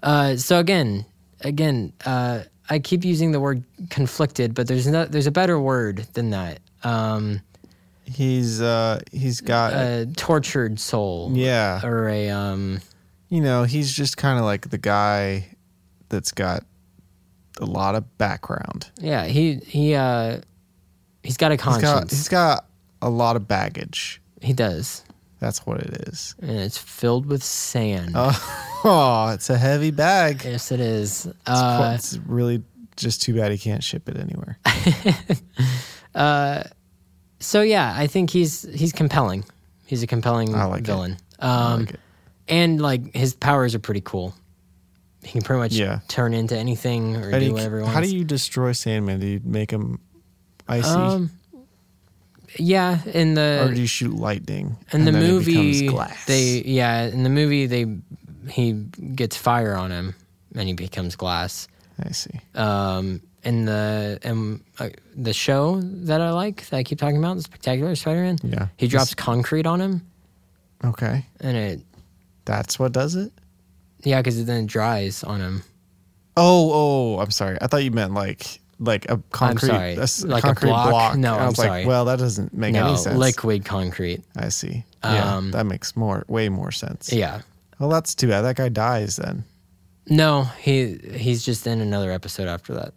A: uh, so again again uh, i keep using the word conflicted but there's no, there's a better word than that um,
B: He's uh. He's got.
A: a Uh, tortured soul
B: yeah.
A: or a um,
B: you know, he's just kind of like the guy that's got a lot of background.
A: Yeah, he he uh he's got a
B: He's got,
A: conscience.
B: he's got a lot of baggage.
A: he does.
B: That's what it is.
A: And it's filled with sand.
B: Oh, it's a heavy bag.
A: Yes it is.
B: It's,
A: Uh,
B: qu- it's really just too bad he can't ship it anywhere.
A: so yeah, I think he's he's compelling. He's a compelling
B: I like it.
A: villain.
B: I
A: Um
B: like it.
A: and like his powers are pretty cool. He can pretty much
B: Yeah.
A: turn into anything or
B: How do
A: do
B: you-
A: whatever he wants.
B: how do you destroy Sandman? Do you make him icy,
A: um yeah, in the
B: or do you shoot lightning?
A: in the
B: and then it
A: movie
B: becomes glass?
A: they yeah in the movie they he gets fire on him and he becomes glass
B: I see.
A: um, in the in, uh, the show that I like that I keep talking about, the Spectacular Spider-Man.
B: Yeah.
A: he drops concrete on him,
B: Okay,
A: and it
B: that's what does it.
A: yeah, because then it dries on him.
B: Oh, oh, I'm sorry. I thought you meant like like a concrete,
A: sorry.
B: a s-
A: Like a
B: concrete
A: block? No,
B: And I
A: I'm
B: was like,
A: sorry.
B: well, that doesn't make
A: No,
B: any sense.
A: liquid concrete.
B: I see. Yeah,
A: Um,
B: that makes more, way more sense.
A: Yeah,
B: Well, that's too bad. That guy dies then.
A: no, he he's just in another episode after that.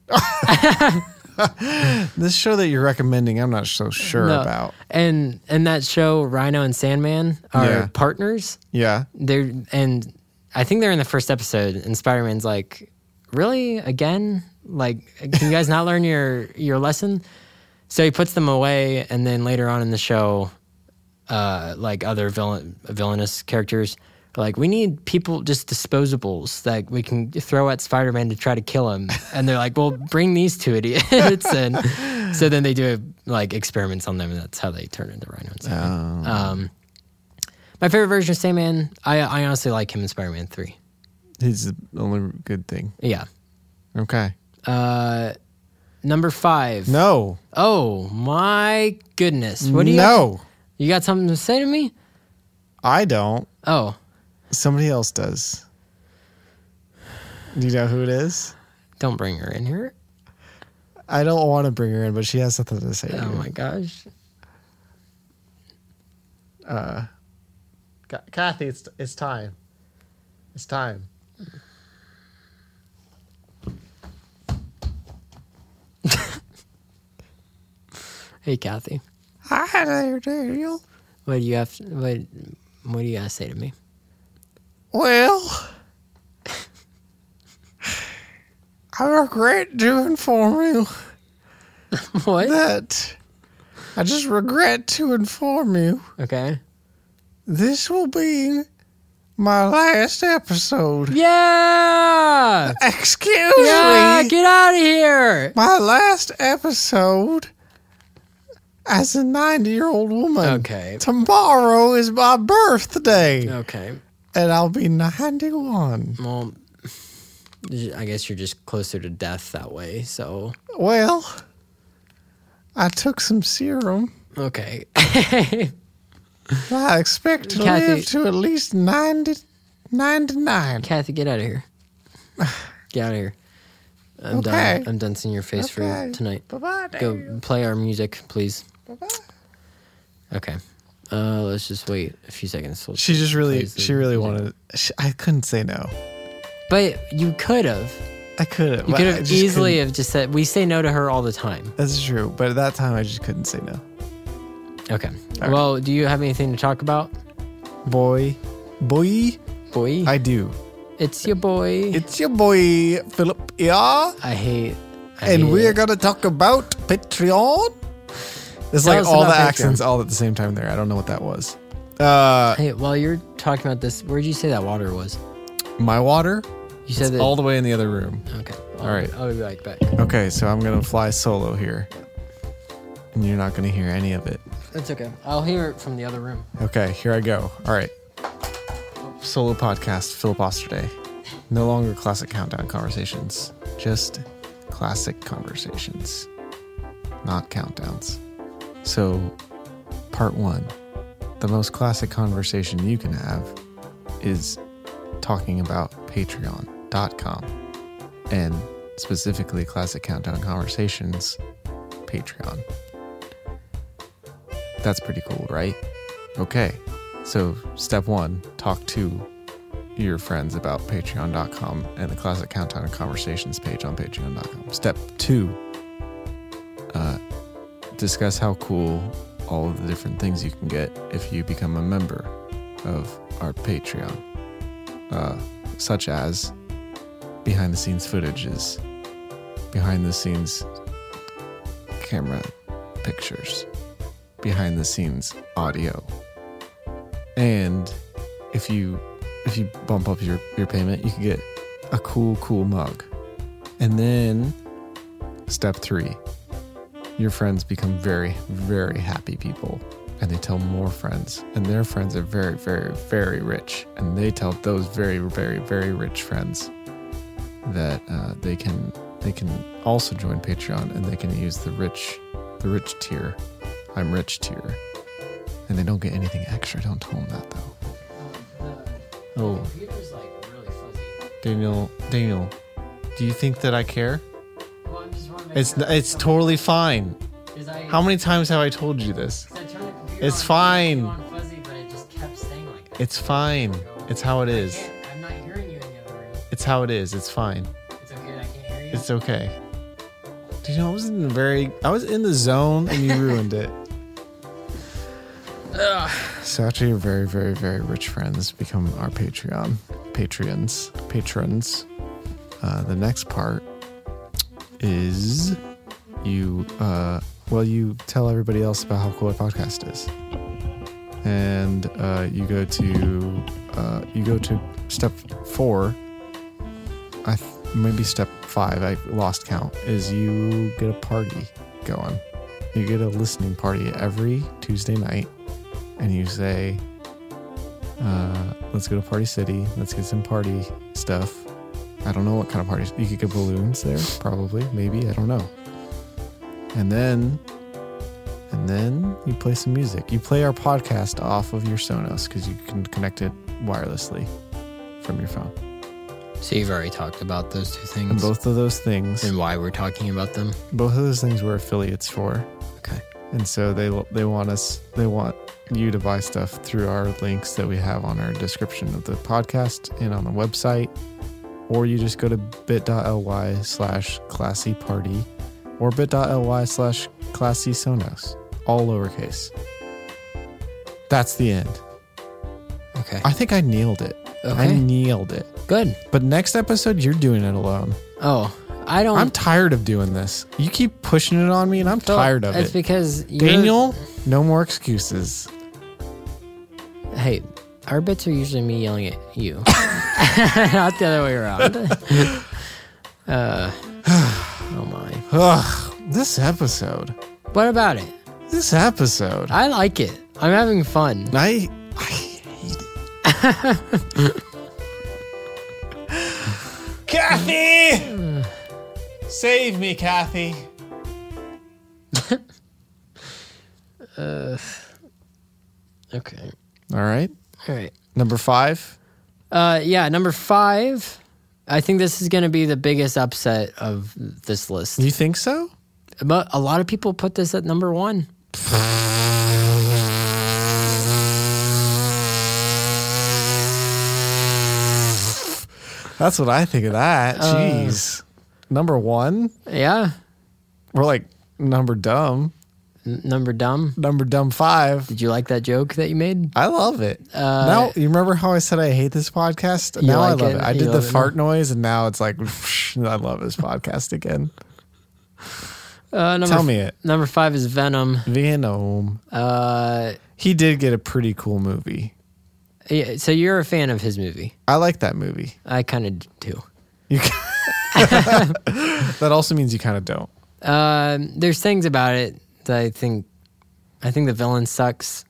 B: This show that you're recommending, I'm not so sure
A: No.
B: about.
A: Uh, And and that show, Rhino and Sandman are
B: Yeah.
A: partners.
B: Yeah.
A: They're and I think they're in the first episode, and Spider-Man's like, "Really? Again? Like, can you guys not learn your your lesson?" So he puts them away, and then later on in the show, uh, like other villain villainous characters are like, "We need people just disposables that we can throw at Spider-Man to try to kill him," and they're like, "Well, bring these two idiots," and so then they do like experiments on them, and that's how they turn into Rhino and Sandman. Um, my favorite version of Sandman, I, I honestly like him in Spider Man 3.
B: He's the only good thing.
A: Yeah.
B: Okay.
A: Uh, number five.
B: No.
A: Oh, my goodness. What do you
B: No,
A: You got something to say to me?
B: I don't.
A: Oh,
B: Somebody else does. Do you know who it is?
A: don't bring her in here.
B: I don't want to bring her in, but she has something to say. to
A: Oh,
B: you.
A: my gosh.
B: Ca- Kathy, it's it's time. It's time.
A: Hey, Kathy.
B: Hi there, Daniel.
A: What do you have? what, what do you got to say to me?
B: Well, I regret to inform you
A: what?
B: that I just regret to inform you
A: Okay.
B: this will be my last episode.
A: Yeah.
B: Excuse
A: Yeah,
B: me.
A: get out of here.
B: my last episode as a 90 year old woman.
A: Okay. Oh,
B: Tomorrow is my birthday,
A: Okay.
B: and I'll be 91.
A: Well, I guess you're just closer to death that way. So,
B: Well, I took some serum.
A: okay.
B: I expect to
A: Kathy-
B: live to at least 90, 99.
A: Kathy, get out of here. Get out of here. I'm
B: Okay.
A: done. I'm done seeing your face for
B: Okay.
A: tonight.
B: Bye bye.
A: Go play our music, please. Okay. Uh, let's just wait a few seconds. We'll-
B: She just really,
A: Plays the
B: she really
A: music.
B: wanted. She, I couldn't say no.
A: But you could have.
B: I could have.
A: You could have easily have just said, we say no to her all the time.
B: That's true. But at that time, I just couldn't say no.
A: Okay. Well, do you have anything to talk about?
B: Boy, boy,
A: Boy.
B: I do.
A: it's your boy.
B: It's your boy Philip. Yeah.
A: I hate. I
B: and
A: hate
B: we are
A: it.
B: going to talk about Patreon. It's
A: Tell
B: like
A: us
B: all the
A: about Patreon.
B: accents all at the same time there. I don't know what that was. Uh,
A: Hey, while you're talking about this, where'd you say that water was?
B: my water.
A: You said that.
B: All the way in the other room.
A: okay.
B: All right.
A: I'll be right back.
B: Okay, so I'm gonna fly solo here, and you're not gonna hear any of it.
A: That's okay. I'll hear it from the other room.
B: Okay, here I go. All right. Solo podcast, Philip Osterday. No longer classic countdown conversations, just classic conversations, not countdowns. So, part one the most classic conversation you can have is talking about patreon.com and specifically classic countdown conversations, Patreon. That's pretty cool, right? Okay. So, step one talk to your friends about patreon.com and the classic countdown and conversations page on patreon.com. Step two uh, discuss how cool all of the different things you can get if you become a member of our Patreon, uh, such as behind the scenes footages, behind the scenes camera pictures behind the scenes audio. And if you if you bump up your, your payment, you can get a cool, cool mug. And then step three. Your friends become very, very happy people. And they tell more friends. And their friends are very, very, very rich. And they tell those very, very, very rich friends that uh, they can they can also join Patreon and they can use the rich the rich tier I'm rich tier. And they don't get anything extra. Don't tell them that though. Oh,
A: Computer's like really fuzzy.
B: Daniel, Daniel, do you think that I care? It's it's totally fine. How many times have I told you this? it's fine. It's fine. It's how it is.
A: I'm not hearing you in the other room.
B: It's how it is. It's fine.
A: It's okay. that I can't hear you.
B: It's okay. Dude, I was in the very I was in the zone and you ruined it. So after your very, very, very rich friends become our Patreon patrons, patrons, uh, the next part is you. Uh, well, you tell everybody else about how cool our podcast is, and uh, you go to uh, you go to step four. I th- maybe step five. I lost count. Is you get a party going. You get a listening party every Tuesday night and you say, uh, let's go to Party City. Let's get some party stuff. I don't know what kind of parties. You could get balloons there, probably, maybe. I don't know. And then, and then you play some music. You play our podcast off of your Sonos because you can connect it wirelessly from your phone.
A: So you've already talked about those two things
B: And both of those things,
A: and why we're talking about them.
B: both of those things we're affiliates for.
A: Okay.
B: and so they they want us they want you to buy stuff through our links that we have on our description of the podcast and on the website or you just go to bit.ly slash classy party or bit.ly slash classy sonos all lowercase that's the end
A: Okay.
B: i think i nailed it i
A: Okay.
B: nailed it
A: Good.
B: but next episode you're doing it alone
A: Oh, I don't.
B: i'm tired of doing this you keep pushing it on me and i'm
A: Philip,
B: tired of
A: It's
B: it
A: because you're-
B: daniel no more excuses
A: Hey, Our bits are usually me yelling at you, not the other way around. uh, oh my!
B: Ugh, this episode.
A: What about it?
B: This episode.
A: I like it. I'm having fun.
B: I I hate it. Kathy! Save me, Kathy.
A: Okay.
B: All right.
A: All right.
B: Number five.
A: Uh, yeah, number five. I think this is going to be the biggest upset of this list.
B: You think so?
A: But a lot of people put this at number one.
B: That's what I think of that. Jeez. Number one.
A: Yeah,
B: We're like number dumb.
A: N- number dumb.
B: Number dumb five.
A: Did you like that joke that you made?
B: I love it. now you remember how I said I hate this podcast? Now I
A: like
B: love it.
A: it?
B: I
A: Uh, You
B: did the
A: love it now?
B: fart noise, and now it's like I love this podcast again.
A: Uh, number
B: Tell me it.
A: Number five is Venom.
B: Venom.
A: Uh,
B: He did get a pretty cool movie.
A: yeah, so you're a fan of his movie.
B: I like that movie.
A: I kind of do.
B: You that also means you kind of don't.
A: Um, there's things about it that I think. I think the villain sucks.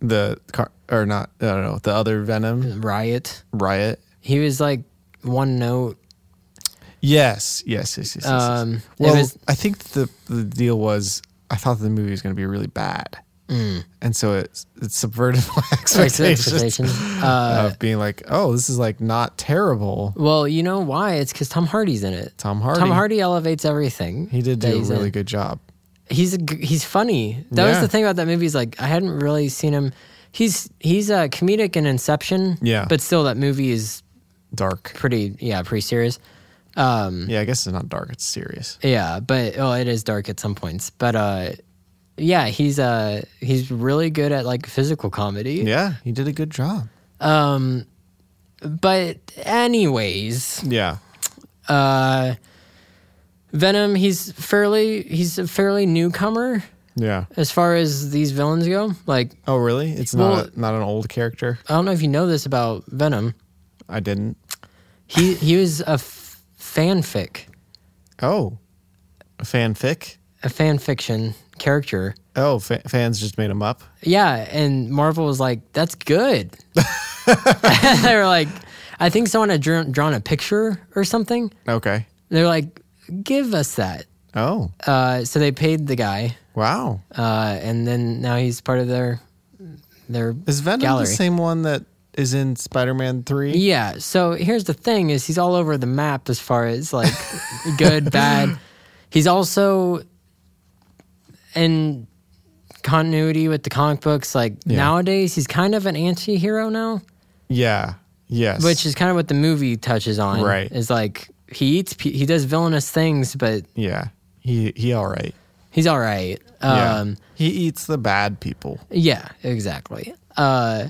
B: The car or not? I don't know. The other Venom
A: Riot.
B: riot.
A: He was like one note.
B: Yes, yes, yes, yes. yes, yes.
A: Um, it
B: well,
A: was-
B: I think the the deal was I thought the movie was going to be really bad,
A: Mm.
B: and so it it subverted my expectations,
A: expectations. Uh,
B: of being like, oh, this is like not terrible.
A: Well, you know why? It's because Tom Hardy's in it.
B: Tom Hardy.
A: Tom Hardy elevates everything.
B: He did
A: that
B: do a
A: he's
B: really
A: in.
B: good job.
A: He's a g he's funny. That was
B: Yeah.
A: the thing about that movie. Is like I hadn't really seen him. He's he's a comedic in Inception.
B: Yeah.
A: but still, that movie is
B: Dark.
A: pretty yeah pretty serious. Um,
B: Yeah, I guess it's not dark. It's serious.
A: Yeah, but oh, it is dark at some points. But uh, yeah, he's uh, he's really good at like physical comedy.
B: Yeah, he did a good job.
A: Um, but anyways,
B: Yeah,
A: uh, Venom, he's fairly he's a fairly newcomer
B: yeah.
A: as far as these villains go. Like
B: Oh, really? It's
A: Well-
B: not a, not an old character.
A: I don't know if you know this about Venom.
B: I didn't.
A: He he was a f- fanfic,
B: Oh, a fanfic.
A: a fan fiction character.
B: Oh, fa- fans just made him up.
A: Yeah, and Marvel was like, "That's good." they were like, "I think someone had drawn, drawn a picture or something."
B: Okay.
A: They're like, "Give us that."
B: Oh,
A: Uh, so they paid the guy,
B: wow.
A: uh, and then now he's part of their their
B: Is Venom
A: gallery.
B: the same one that is in Spider-Man Three?
A: Yeah. So here's the thing: is he's all over the map as far as like good, bad. He's also in continuity with the comic books. Like nowadays, he's kind of an anti-hero now.
B: Yeah. Yes.
A: which is kind of what the movie touches on
B: Right.
A: is like he eats pe- he does villainous things but
B: yeah. He he. All right.
A: he's all right
B: yeah.
A: um
B: He eats the bad people.
A: yeah, exactly uh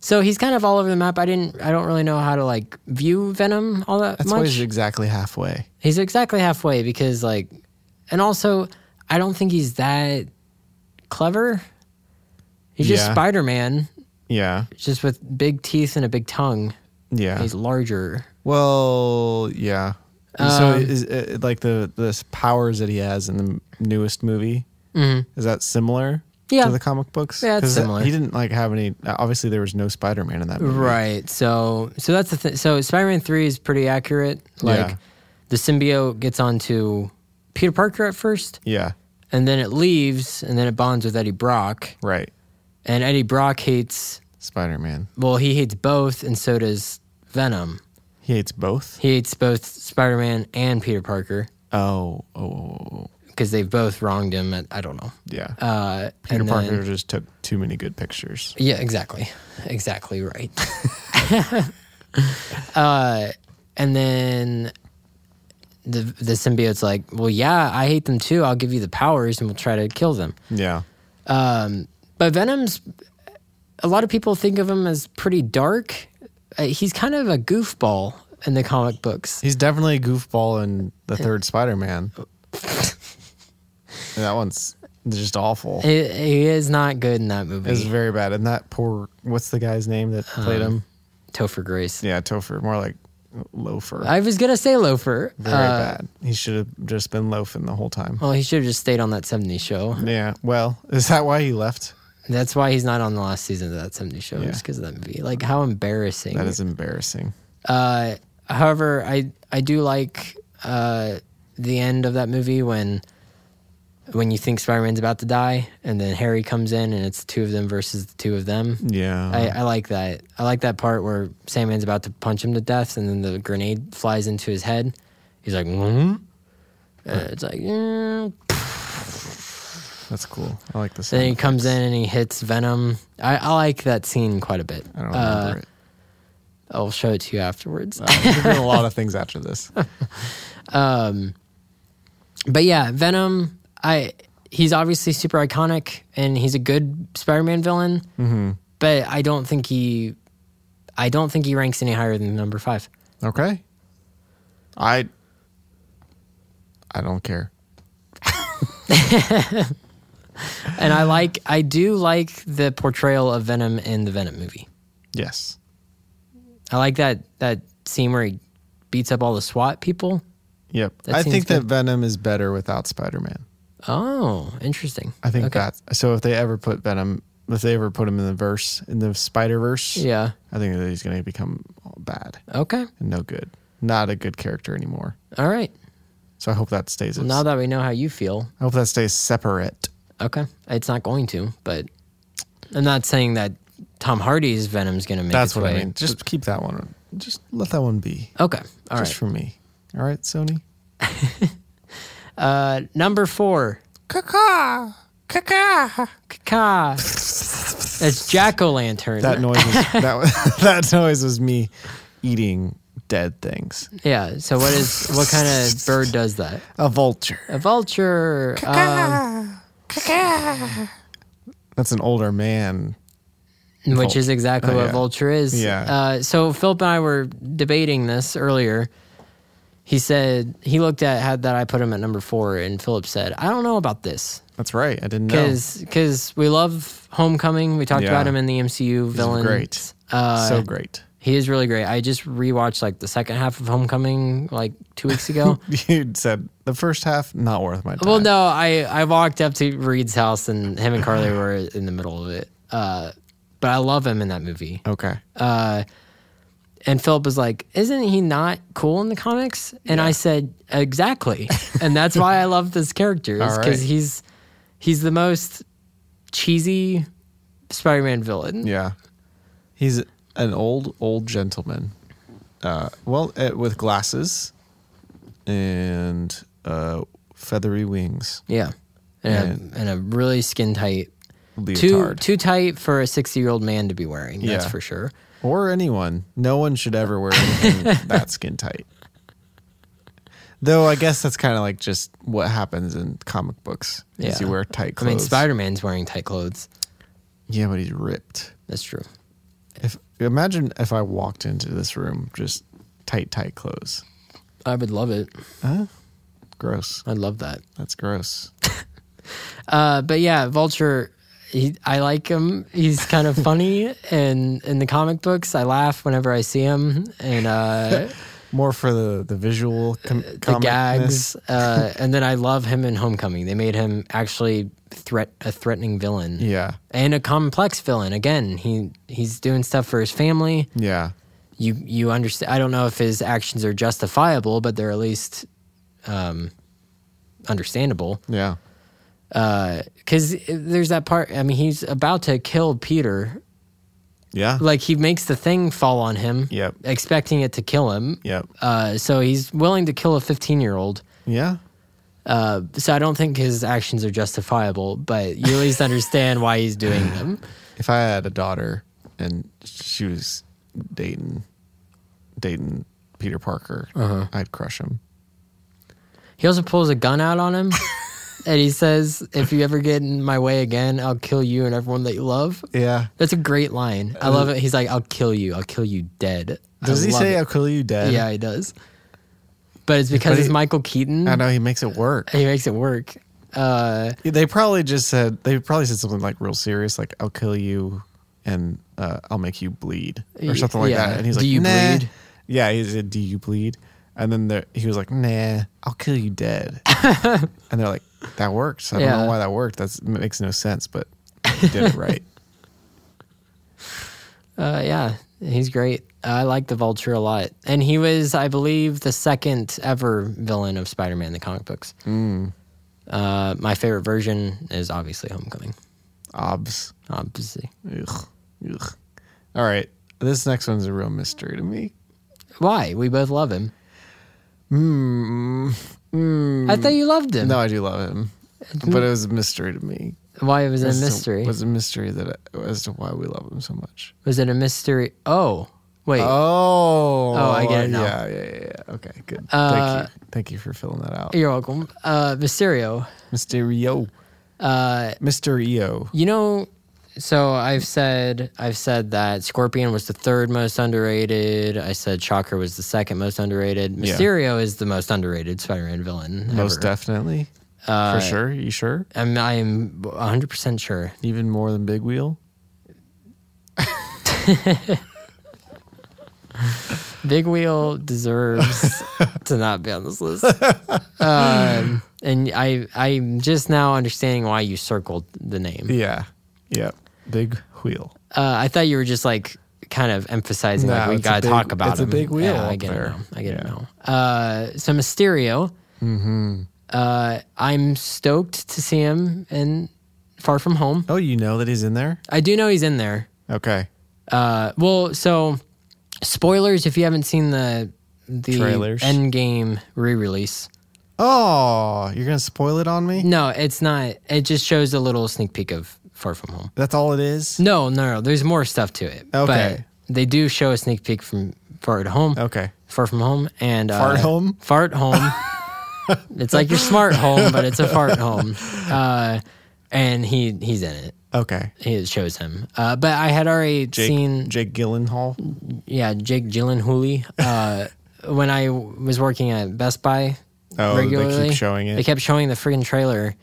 A: so he's kind of all over the map i didn't i don't really know how to like view venom all that
B: That's why
A: much
B: he's exactly halfway.
A: he's exactly halfway because like and also i don't think he's that clever he's just
B: Yeah.
A: spider-man
B: Yeah.
A: just with big teeth and a big tongue
B: Yeah.
A: he's larger
B: Well, yeah. so
A: Um,
B: is it, like the the powers that he has in the m- newest movie is that
A: Mm-hmm.
B: similar
A: Yeah.
B: to the comic books?
A: Yeah, it's
B: 'Cause that-
A: similar.
B: He didn't like have any. uh, Obviously, there was no Spider-Man in that movie.
A: Right. So so that's the thing. So Spider-Man 3 is pretty accurate. Like
B: Yeah.
A: the symbiote gets onto Peter Parker at first
B: Yeah.
A: and then it leaves and then it bonds with Eddie Brock
B: Right.
A: and Eddie Brock hates
B: Spider-Man.
A: well he hates both and so does Venom.
B: He hates both.
A: He hates both Spider-Man and Peter Parker
B: Oh. Oh. oh, oh, oh.
A: because they've both wronged him at, I don't know.
B: Yeah.
A: Uh
B: Peter
A: and
B: Parker
A: then-
B: just took too many good pictures.
A: Yeah, exactly. Exactly right. uh, and then the the symbiote's like, "Well, yeah, I hate them too. I'll give you the powers, and we'll try to kill them."
B: Yeah.
A: Um, but Venom's a lot of people think of him as pretty dark. Uh, he's kind of a goofball in the comic books.
B: He's
A: Oh.
B: definitely a goofball in the third Spider Man. that one's just awful.
A: He, he is not good in that movie.
B: It's very bad. And that poor, what's the guy's name that
A: Uh,
B: played him?
A: Topher Grace.
B: Yeah, Topher. More like loafer.
A: I was gonna say Loafer.
B: very
A: Uh,
B: bad. He should have just been loafing the whole time.
A: Well, he should have just stayed on that '70s show.
B: Yeah. Well, is that why he left?
A: That's why he's not on the last season of that '70s show, just because of that movie. Like, how embarrassing!
B: That is embarrassing.
A: Uh, however, I I do like uh, the end of that movie when when you think Spider-Man's about to die, and then Harry comes in, and it's two of them versus the two of them.
B: Yeah.
A: I, I like that. I like that part where Sandman's about to punch him to death, and then the grenade flies into his head. He's like, hmm? Uh, it's like, mm.
B: That's cool. I like this.
A: then he comes in and he hits Venom. I, I like that scene quite a bit.
B: I don't
A: Uh,
B: remember it.
A: I'll show it to you afterwards.
B: There's been a lot of things after this.
A: but yeah, Venom. I he's obviously super iconic and he's a good Spider-Man villain. Mm-hmm. But I don't think he, I don't think he ranks any higher than number five.
B: Okay. I I don't care.
A: And I like, I do like the portrayal of Venom in the Venom movie.
B: Yes.
A: I like that that scene where he beats up all the SWAT people.
B: Yep.
A: That
B: I
A: seems
B: think that
A: good.
B: Venom is better without Spider-Man.
A: Oh, interesting.
B: I think
A: Okay.
B: that. So if they ever put Venom, if they ever put him in the verse in the Spider-Verse,
A: Yeah.
B: I think that he's going to become bad
A: Okay.
B: and no good. Not a good character anymore.
A: All right.
B: So I hope that stays.
A: Well, now that we know how you feel,
B: I hope that stays separate.
A: okay, it's not going to. But I'm not saying that Tom Hardy's Venom's going to make.
B: That's
A: its
B: what
A: way.
B: I mean. Just keep that one. Just let that one be.
A: Okay. All
B: Just
A: right.
B: for me. All right, Sony.
A: Uh, number four.
B: Caca. Caca.
A: Kaka. That's Jack O' Lantern.
B: That noise was that, was- that noise was me eating dead things.
A: Yeah. So what is what kind of bird does that?
B: A vulture.
A: A vulture. Um,
B: That's an older man.
A: which is exactly
B: Oh,
A: what
B: yeah.
A: vulture is.
B: Yeah.
A: Uh, so Philip and I were debating this earlier. He said he looked at had that I put him at number four, and Philip said, "I don't know about this
B: That's right. I didn't know.
A: because we love Homecoming. We talked
B: Yeah.
A: about him in the MCU villain.
B: great.
A: Uh,
B: so great.
A: he is really great. I just rewatched like the second half of Homecoming like two weeks ago.
B: You said the first half not worth my time.
A: Well, no, I, I walked up to Reed's house and him and Carly were in the middle of it. Uh, but I love him in that movie.
B: Okay.
A: uh, And Philip was like, Isn't he not cool in the comics? And I said, Exactly. and that's why I love this character,
B: All
A: because
B: right.
A: he's, he's the most cheesy Spider Man villain.
B: yeah. He's an old old gentleman. Uh, well, uh, with glasses and uh, feathery wings.
A: Yeah. And, A, and a really skin tight, too,
B: Leotard.
A: too tight for a 60 year old man to be wearing. That's
B: Yeah.
A: for sure.
B: or anyone. No one should ever wear anything that skin tight. Though I guess that's kind of like just what happens in comic books. Is
A: Yeah.
B: you wear tight
A: I
B: clothes.
A: mean, Spider Man's wearing tight clothes.
B: Yeah, but he's ripped.
A: That's true.
B: If imagine if I walked into this room just tight, tight clothes.
A: I would love it.
B: Gross.
A: I'd love that.
B: That's gross.
A: Uh, but yeah, Vulture, he, I like him. He's kind of funny, and in the comic books, I laugh whenever I see him, and uh,
B: More for the the visual com-
A: the
B: comicness.
A: gags. Uh, and then I love him in Homecoming. They made him actually threat a threatening villain.
B: Yeah,
A: And a complex villain. Again, he he's doing stuff for his family.
B: yeah.
A: You you understand? I don't know if his actions are justifiable, but they're at least um, understandable.
B: Yeah.
A: because there's that part. I mean, he's about to kill Peter.
B: Yeah.
A: Like he makes the thing fall on him,
B: Yep.
A: expecting it to kill him.
B: Yep.
A: Uh, so he's willing to kill a 15 year old.
B: Yeah.
A: Uh, so I don't think his actions are justifiable, but you at least understand why he's doing them.
B: If I had a daughter and she was dating dating Peter Parker, I'd crush him.
A: He also pulls a gun out on him, and he says, "If you ever get in my way again, I'll kill you and everyone that you love."
B: Yeah.
A: That's a great line. I love it. He's like, "I'll kill you. I'll kill you dead." I
B: Does he
A: love
B: say
A: it.
B: I'll kill you dead?
A: Yeah, he does. But it's because
B: But
A: it's
B: he-
A: Michael Keaton.
B: I know he makes it work.
A: He makes it work. Uh,
B: They probably just said they probably said something like real serious, like "I'll kill you and uh, I'll make you bleed"
A: Y-
B: or something like
A: yeah.
B: that. And he's
A: Do
B: like,
A: you
B: nah.
A: bleed?
B: Yeah, he said, "Do you bleed?" And then the, he was like, "Nah, I'll kill you dead." and they're like, "That works." I don't
A: Yeah.
B: know why that worked. That makes no sense, but you did it right.
A: uh, yeah, he's great. I like the Vulture a lot, and he was, I believe, the second ever villain of Spider-Man in the comic books.
B: Mm.
A: Uh, my favorite version is obviously Homecoming.
B: Obs.
A: Obviously,
B: Ugh. Ugh. All right, this next one's a real mystery to me.
A: why? We both love him. Hmm. I thought you loved him.
B: No, I do love him, but it was a mystery to me.
A: Why was it a
B: As to-
A: mystery?
B: was a mystery that as to why we love him so much.
A: Was it a mystery? Oh, wait.
B: Oh,
A: Oh, I get it now.
B: Yeah, yeah, yeah, yeah. Okay, good.
A: Uh,
B: Thank you, thank you for filling that out.
A: You're welcome. Uh, Mysterio.
B: Mysterio,
A: Uh,
B: Mysterio.
A: you know, so I've said I've said that Scorpion was the third most underrated. I said Shocker was the second most underrated.
B: Yeah.
A: Mysterio is the most underrated Spider-Man villain.
B: Most
A: ever.
B: definitely,
A: Uh,
B: for sure. You sure?
A: I'm I am 100% sure.
B: Even more than Big Wheel.
A: Big Wheel deserves to not be on this list. Um, and I I'm just now understanding why you circled the name.
B: Yeah, yeah. Big Wheel.
A: Uh, I thought you were just like kind of emphasizing
B: No,
A: like we
B: it's a
A: gotta
B: big-
A: talk about
B: it's a
A: him.
B: big wheel
A: Yeah, I
B: up
A: get
B: there.
A: it now. I get it
B: Yeah. Mm-hmm.
A: now. Uh, so Mysterio. Uh, I'm stoked to see him in Far From Home.
B: Oh, you know that he's in there.
A: I do know he's in there.
B: Okay,
A: Uh, well, so spoilers if you haven't seen the the
B: Trailers.
A: Endgame re-release.
B: Oh, you're gonna spoil it on me?
A: No, it's not. It just shows a little sneak peek of Far From Home.
B: That's all it is.
A: No, no, no. There's more stuff to it.
B: Okay.
A: But they do show a sneak peek from Far at Home.
B: Okay.
A: Far from home and uh,
B: Fart home?
A: Fart home. it's like your smart home, but it's a fart home. Uh, and he he's in it.
B: Okay.
A: He shows him. Uh, but I had already
B: Jake,
A: seen
B: Jake Gyllenhaal.
A: yeah Jake Gyllenhaal uh, when I was working at Best Buy.
B: Oh, they keep
A: regularly.
B: showing it.
A: They kept showing the freaking trailer.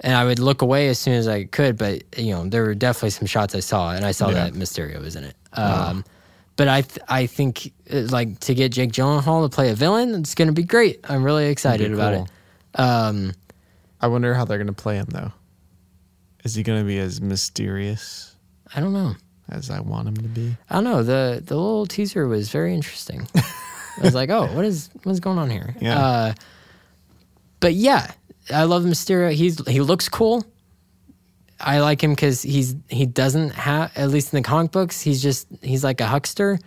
A: And I would look away as soon as I could, but you know there were definitely some shots I saw, and I saw
B: Yeah.
A: that Mysterio was in it. Um, But I, th- I think uh, like to get Jake Gyllenhaal to play a villain, it's going to be great. I'm really excited
B: be
A: about
B: cool.
A: it. Um,
B: I wonder how they're gonna play him though. Is he gonna be as mysterious
A: I don't know.
B: as I want him to be?
A: I don't know. The the little teaser was very interesting. I was like, oh, what is what's going on here?
B: Yeah.
A: Uh, but yeah, I love Mysterio. He's he looks cool. I like him because he's he doesn't have at least in the comic books he's just he's like a huckster.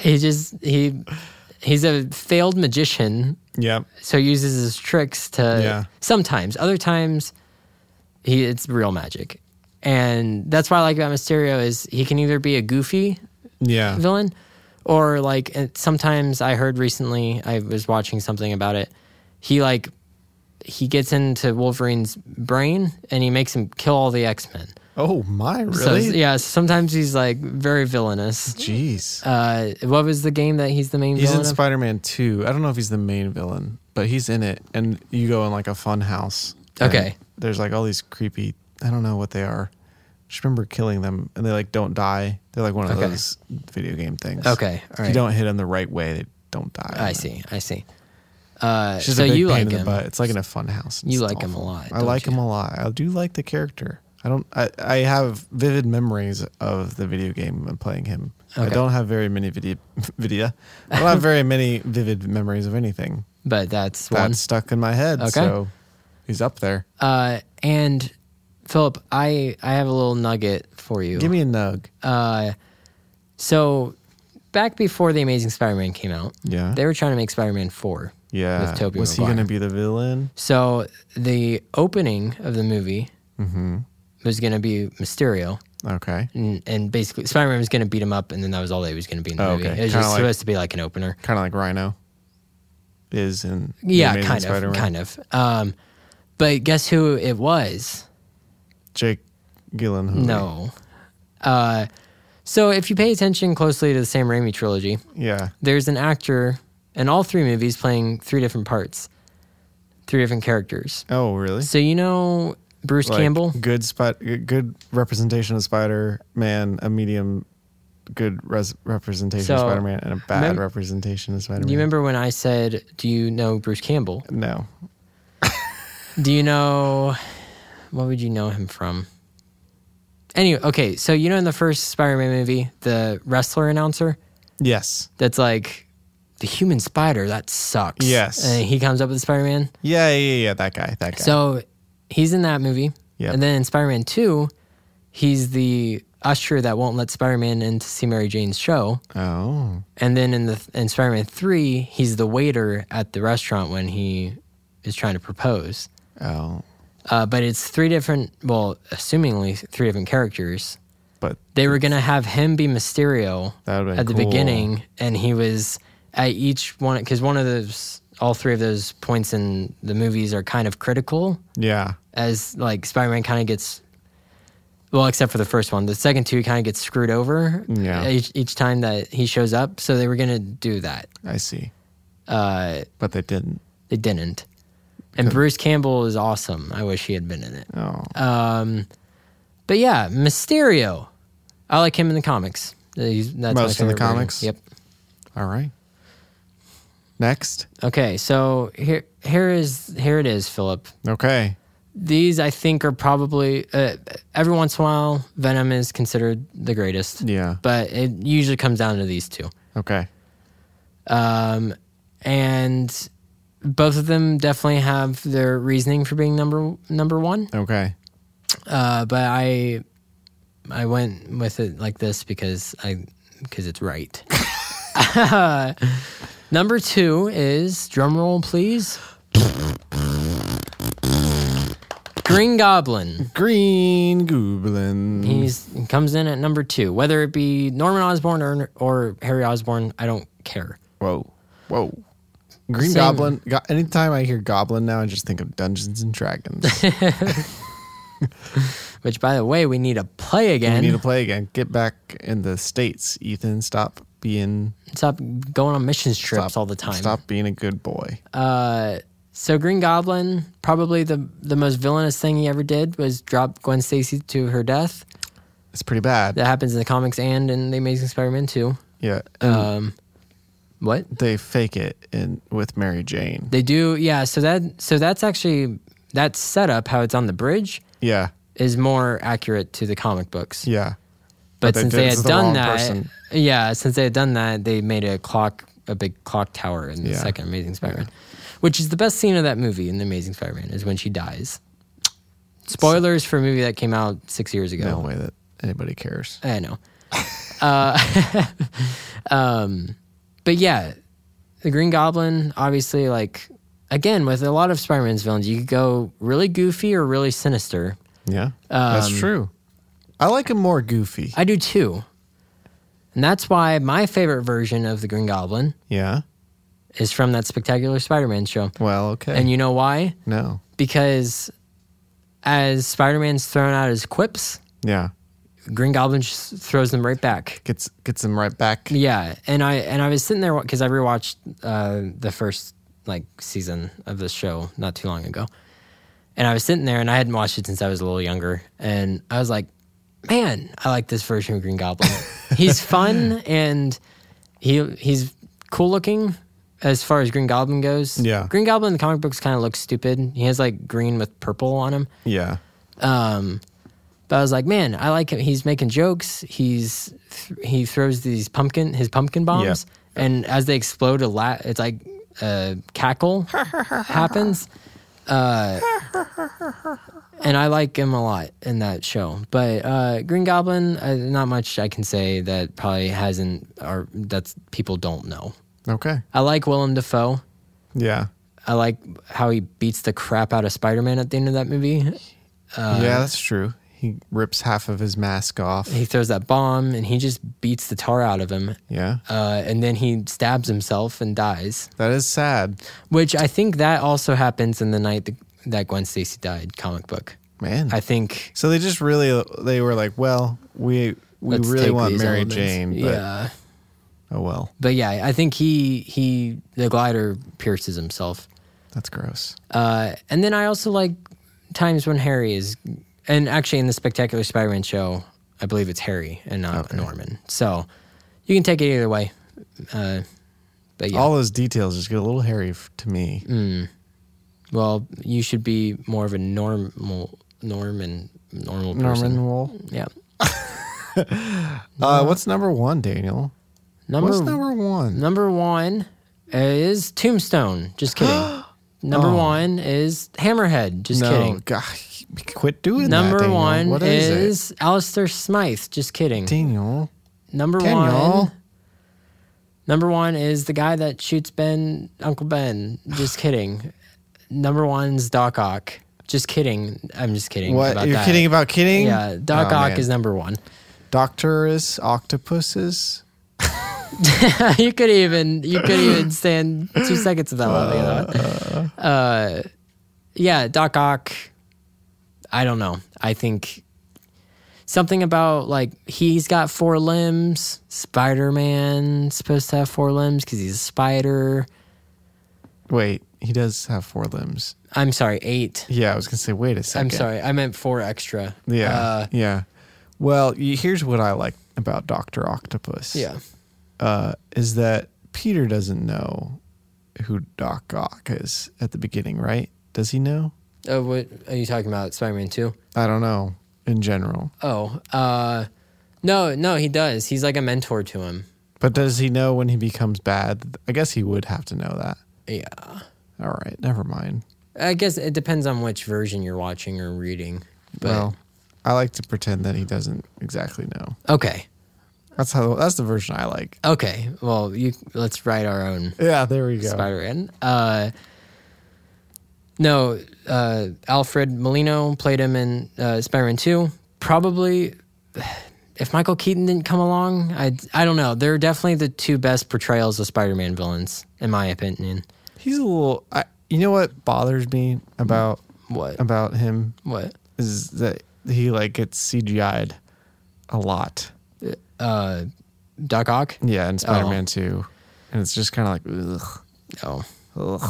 A: he just he he's a failed magician,
B: Yep.
A: so he uses his tricks to
B: Yeah.
A: sometimes. Other times, he it's real magic, and that's what I like about Mysterio is he can either be a goofy
B: Yeah.
A: villain or like it- sometimes i heard recently i was watching something about it he like he gets into wolverine's brain and he makes him kill all the x-men
B: Oh my,
A: so
B: really?
A: yeah sometimes he's like very villainous
B: Jeez.
A: uh what was the game that he's the main
B: he's in
A: villain of?
B: Spider-Man 2. I don't know if he's the main villain, but he's in it and you go in like a fun house. and
A: Okay.
B: There's like all these creepy, I don't know what they are. Just remember killing them and they like don't die. They're like one of
A: Okay.
B: those video game things.
A: Okay, all
B: If you
A: right.
B: don't hit them the right way, they don't die.
A: i see i see uh
B: She's
A: so
B: a big
A: you
B: pain
A: like
B: in the
A: him
B: butt. It's like in a fun house.
A: You
B: It's
A: like him a lot,
B: I
A: don't
B: like
A: you?
B: him a lot. I do like the character. I don't. I, I have vivid memories of the video game and playing him. I
A: Okay.
B: don't have very many video video. I don't have very many vivid memories of anything
A: but that's
B: that's
A: one
B: stuck in my head.
A: Okay.
B: So he's up there.
A: uh and philip i i have a little nugget for you
B: Give me a nug.
A: Uh, so back before the Amazing Spider-Man came out,
B: Yeah.
A: they were trying to make Spider-Man four.
B: yeah.
A: with Tobey
B: Was he
A: Maguire.
B: going to be the villain?
A: So the opening of the movie
B: Mm-hmm.
A: was going to be Mysterio,
B: Okay.
A: and, and basically Spider-Man was going to beat him up, and then that was all that he was going to be in the
B: Oh,
A: movie.
B: okay.
A: It was
B: Kinda
A: just
B: like-
A: supposed to be like an opener.
B: Kind of like Rhino is in. The
A: Yeah,
B: Amazing
A: kind
B: Spider-Man.
A: of, kind of. Um, but guess who it was?
B: Jake Gyllenhaal.
A: No. Uh, so if you pay attention closely to the Sam Raimi trilogy,
B: Yeah.
A: there's an actor in all three movies playing three different parts. three different characters.
B: Oh, really?
A: So you know Bruce
B: Like,
A: Campbell?
B: Good spot. Good representation of Spider Man. A medium. Good res- representation of
A: So,
B: Spider Man and a bad
A: mem-
B: representation of Spider Man.
A: Do you remember when I said, "Do you know Bruce Campbell?"
B: No.
A: Do you know what would you know him from? Anyway, okay, so you know in the first Spider-Man movie, the wrestler announcer
B: Yes.
A: that's like the human spider that sucks.
B: Yes.
A: and he comes up with Spider-Man.
B: Yeah, yeah, yeah, yeah. That guy. That guy.
A: So he's in that movie.
B: Yep.
A: And then in Spider Man 2, he's the usher that won't let Spider Man in to see Mary Jane's show.
B: oh.
A: And then in the in Spider Man 3, he's the waiter at the restaurant when he is trying to propose.
B: Oh.
A: Uh, but it's three different, well, assumingly three different characters.
B: But
A: They were going to have him be Mysterio
B: That would've been
A: at the
B: cool.
A: beginning. And he was at each one, because one of those, all three of those points in the movies are kind of critical.
B: yeah.
A: as like Spider-Man kind of gets well, except for the first one. The second two kind of gets screwed over
B: Yeah.
A: each, each time that he shows up. So they were gonna do that.
B: I see.
A: Uh,
B: But they didn't.
A: they didn't. And Bruce Campbell is awesome. I wish he had been in it.
B: Oh.
A: Uh, But yeah, Mysterio. I like him in the comics. Uh, He's, that's my
B: Most in the
A: favorite version.
B: comics?
A: Yep.
B: All right. Next.
A: Okay, so here here is here it is, Philip.
B: Okay.
A: These I think are probably uh, every once in a while Venom is considered the greatest.
B: Yeah.
A: but it usually comes down to these two.
B: Okay.
A: Um, and both of them definitely have their reasoning for being number number one.
B: Okay.
A: Uh, but I I went with it like this because I because it's right. number two is drum roll, please. Green Goblin.
B: Green Goblin.
A: He's he comes in at number two. Whether it be Norman Osborn or or Harry Osborn, I don't care.
B: Whoa. Whoa. Green
A: Same.
B: Goblin. Go- anytime I hear Goblin now, I just think of Dungeons and Dragons.
A: Which, by the way, we need to play
B: we
A: again.
B: need to play again. Get back in the States, Ethan. Stop being.
A: stop going on missions trips
B: Stop
A: all the time.
B: Stop being a good boy.
A: Uh, so Green Goblin, probably the the most villainous thing he ever did was drop Gwen Stacy to her death.
B: It's pretty bad.
A: That happens in the comics and in the Amazing Spider-Man too.
B: Yeah. And
A: Um, what
B: they fake it in with Mary Jane.
A: they do, yeah. So that so that's actually that setup how it's on the bridge
B: yeah.
A: is more accurate to the comic books.
B: Yeah.
A: but
B: they
A: since
B: did
A: they
B: it to
A: had
B: the
A: done
B: wrong
A: that,
B: person.
A: yeah, since they had done that, they made a clock, a big clock tower in the
B: Yeah.
A: second Amazing Spider-Man, which is the best scene of that movie in the Amazing Spider-Man is when she dies. Spoilers for a movie that came out six years ago.
B: No way that anybody cares.
A: I know. uh, um, but yeah, the Green Goblin, obviously, like again with a lot of Spider-Man's villains, you could go really goofy or really sinister.
B: Yeah. that's
A: Um,
B: true. I like him more goofy.
A: I do too. And that's why my favorite version of the Green Goblin
B: yeah.
A: is from that spectacular Spider-Man show.
B: Well, okay.
A: And you know why?
B: no.
A: Because as Spider-Man's thrown out his quips,
B: Yeah.
A: Green Goblin just throws them right back.
B: Gets gets him right back.
A: Yeah, and I and I was sitting there because I rewatched uh, the first like season of the show not too long ago, and I was sitting there and I hadn't watched it since I was a little younger, and I was like, man, I like this version of Green Goblin. he's fun and he he's cool looking as far as Green Goblin goes.
B: Yeah.
A: Green Goblin in the comic books kind of looks stupid. He has like green with purple on him.
B: Yeah.
A: Um, but I was like, man, I like him. He's making jokes. He's th- he throws these pumpkin his pumpkin bombs, and as they explode, a la- it's like a cackle happens. Uh, and I like him a lot in that show. But uh, Green Goblin, uh, not much I can say that probably hasn't or that's people don't know.
B: Okay.
A: I like Willem Dafoe.
B: Yeah.
A: I like how he beats the crap out of Spider Man at the end of that movie. Uh,
B: yeah, that's true. He rips half of his mask off.
A: he throws that bomb and he just beats the tar out of him.
B: Yeah.
A: Uh, and then he stabs himself and dies,
B: That is sad.
A: which I think that also happens in the night th- that Gwen Stacy died comic book.
B: Man.
A: I think
B: so they just really they were like, well, we we
A: let's
B: really
A: take
B: want
A: these
B: Mary
A: elements.
B: Jane, but
A: yeah,
B: oh well.
A: but yeah, I think he he the glider pierces himself,
B: That's gross.
A: Uh, and then I also like times when Harry is, and actually in the Spectacular Spider-Man show, I believe it's Harry and not Norman. So you can take it either way. Uh, but yeah, Mm.
B: All those details just get a little hairy f- to me.
A: well, you should be more of a normal, Norman, normal person.
B: Norman Wool.
A: Yeah.
B: Uh, what's number one, Daniel?
A: Number
B: what's number one?
A: number one is Tombstone. Just kidding. number
B: Oh.
A: one is Hammerhead. Just kidding.
B: God, quit doing that.
A: Number
B: Daniel.
A: one
B: What
A: is,
B: it?
A: Alistair Smythe. Just kidding.
B: Daniel.
A: number
B: Daniel.
A: one. Number one is the guy that shoots Ben, Uncle Ben. Just kidding. Number one's Doc Ock. Just kidding. I'm just kidding.
B: What
A: about
B: you're
A: that.
B: kidding about kidding?
A: Yeah, Doc
B: Oh,
A: Ock
B: man.
A: is number one.
B: Doctorus octopuses.
A: you could even you could even stand two seconds without loving that. Uh, yeah, Doc Ock. I don't know. I think something about like he's got four limbs. Spider Man's supposed to have four limbs because he's a spider.
B: Wait, he does have four limbs.
A: I'm sorry, eight.
B: Yeah, I was gonna say. Wait a second.
A: I'm sorry, I meant four extra.
B: Yeah,
A: Uh,
B: yeah. Well, y- here's what I like about Doctor Octopus.
A: yeah.
B: uh, is that Peter doesn't know who Doc Ock is at the beginning, right? Does he know?
A: Uh, what are you talking about? Spider Man Two.
B: I don't know. In general,
A: Oh, uh, no, no, he does. He's like a mentor to him.
B: but does he know when he becomes bad? I guess he would have to know that.
A: Yeah.
B: All right, never mind.
A: I guess it depends on which version you're watching or reading. But
B: well, I like to pretend that he doesn't exactly know.
A: okay,
B: That's how. That's the version I like.
A: okay. Well, you let's write our own
B: Yeah, there we go.
A: Spider-Man. Uh, no, uh, Alfred Molino played him in uh, Spider-Man Two. Probably, if Michael Keaton didn't come along, I I don't know. They're definitely the two best portrayals of Spider-Man villains, in my opinion.
B: He's a little. I, you know what bothers me about
A: What?
B: about him
A: What?
B: is that he like gets CGI'd a lot.
A: Uh, Doc Ock?
B: Yeah, and Spider Man 2. And it's just kind of like,
A: Oh,
B: ugh,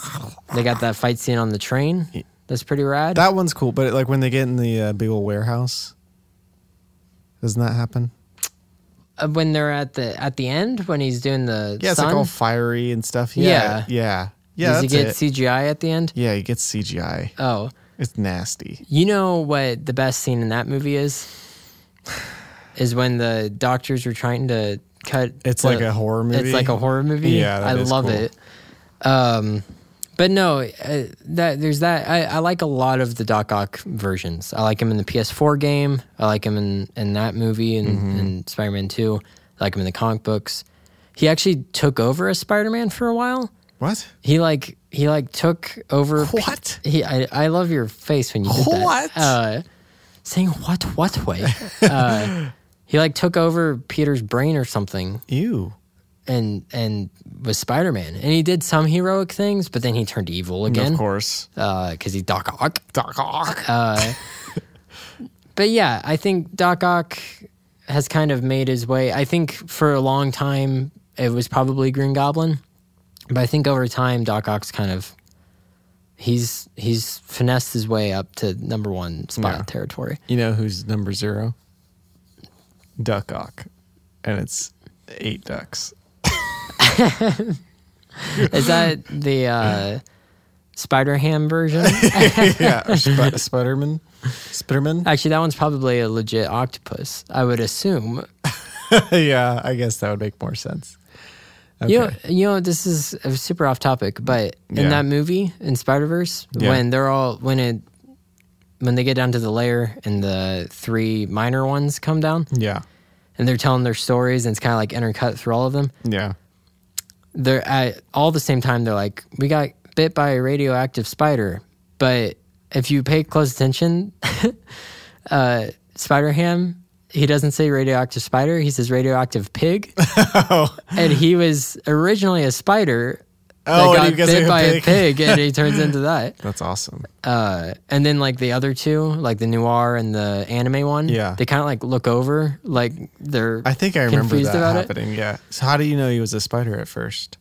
B: ugh.
A: they got that fight scene on the train. That's pretty rad.
B: That one's cool, but like when they get in the uh, big old warehouse, doesn't that happen?
A: Uh, when they're at the at the end when he's doing the
B: Yeah, it's
A: sun?
B: like all fiery and stuff. Yeah.
A: Yeah.
B: Yeah. Yeah.
A: does he
B: that's
A: get
B: it.
A: CGI at the end?
B: yeah, he gets CGI.
A: Oh,
B: It's nasty.
A: you know what the best scene in that movie is? Is when the doctors are trying to cut.
B: It's
A: the-
B: like a horror movie?
A: It's like a horror movie.
B: Yeah, that
A: I
B: is
A: love
B: cool.
A: it. Um, but no, uh, that there's that. I, I like a lot of the Doc Ock versions. I like him in the PS4 game. I like him in, in that movie and,
B: Mm-hmm.
A: and Spider-Man Two. I like him in the comic books. He actually took over as Spider-Man for a while.
B: What?
A: He like he like took over. Pe-
B: What?
A: he I, I love your face when you did that.
B: What?
A: Uh, saying what what way? uh, he like took over Peter's brain or something,
B: Ew.
A: and and was Spider Man, and he did some heroic things, but then he turned evil again
B: Of course.
A: because he Uh, Doc Ock.
B: Doc Ock.
A: Uh, but yeah, I think Doc Ock has kind of made his way. I think for a long time it was probably Green Goblin, but I think over time Doc Ock's kind of he's he's finessed his way up to number one spot
B: Yeah.
A: territory.
B: you know who's number zero? Duck Ock. And it's eight ducks.
A: Is that the uh, Spider Ham version?
B: yeah. Sp- Spiderman. Spiderman.
A: Actually, that one's probably a legit octopus. I would assume.
B: yeah, I guess that would make more sense.
A: You know, you know, this is uh, super off topic, but in
B: Yeah.
A: that movie in Spider Verse,
B: Yeah.
A: when they're all when it when they get down to the lair and the three minor ones come down
B: Yeah.
A: and they're telling their stories and it's kind of like intercut through all of them.
B: Yeah.
A: They're at all the same time. They're like, "We got bit by a radioactive spider," but if you pay close attention, uh, Spider Ham. He doesn't say radioactive spider. He says radioactive pig.
B: Oh,
A: and he was originally a spider
B: Oh, and
A: that
B: he
A: got
B: gets
A: bit
B: like a
A: by
B: pig.
A: a pig, and he turns into that.
B: that's awesome.
A: Uh, and then like the other two, like the noir and the anime one,
B: Yeah.
A: they kind of like look over, like they're
B: I think I remember
A: confused
B: that
A: about it
B: happening. Yeah. So how do you know he was a spider at first?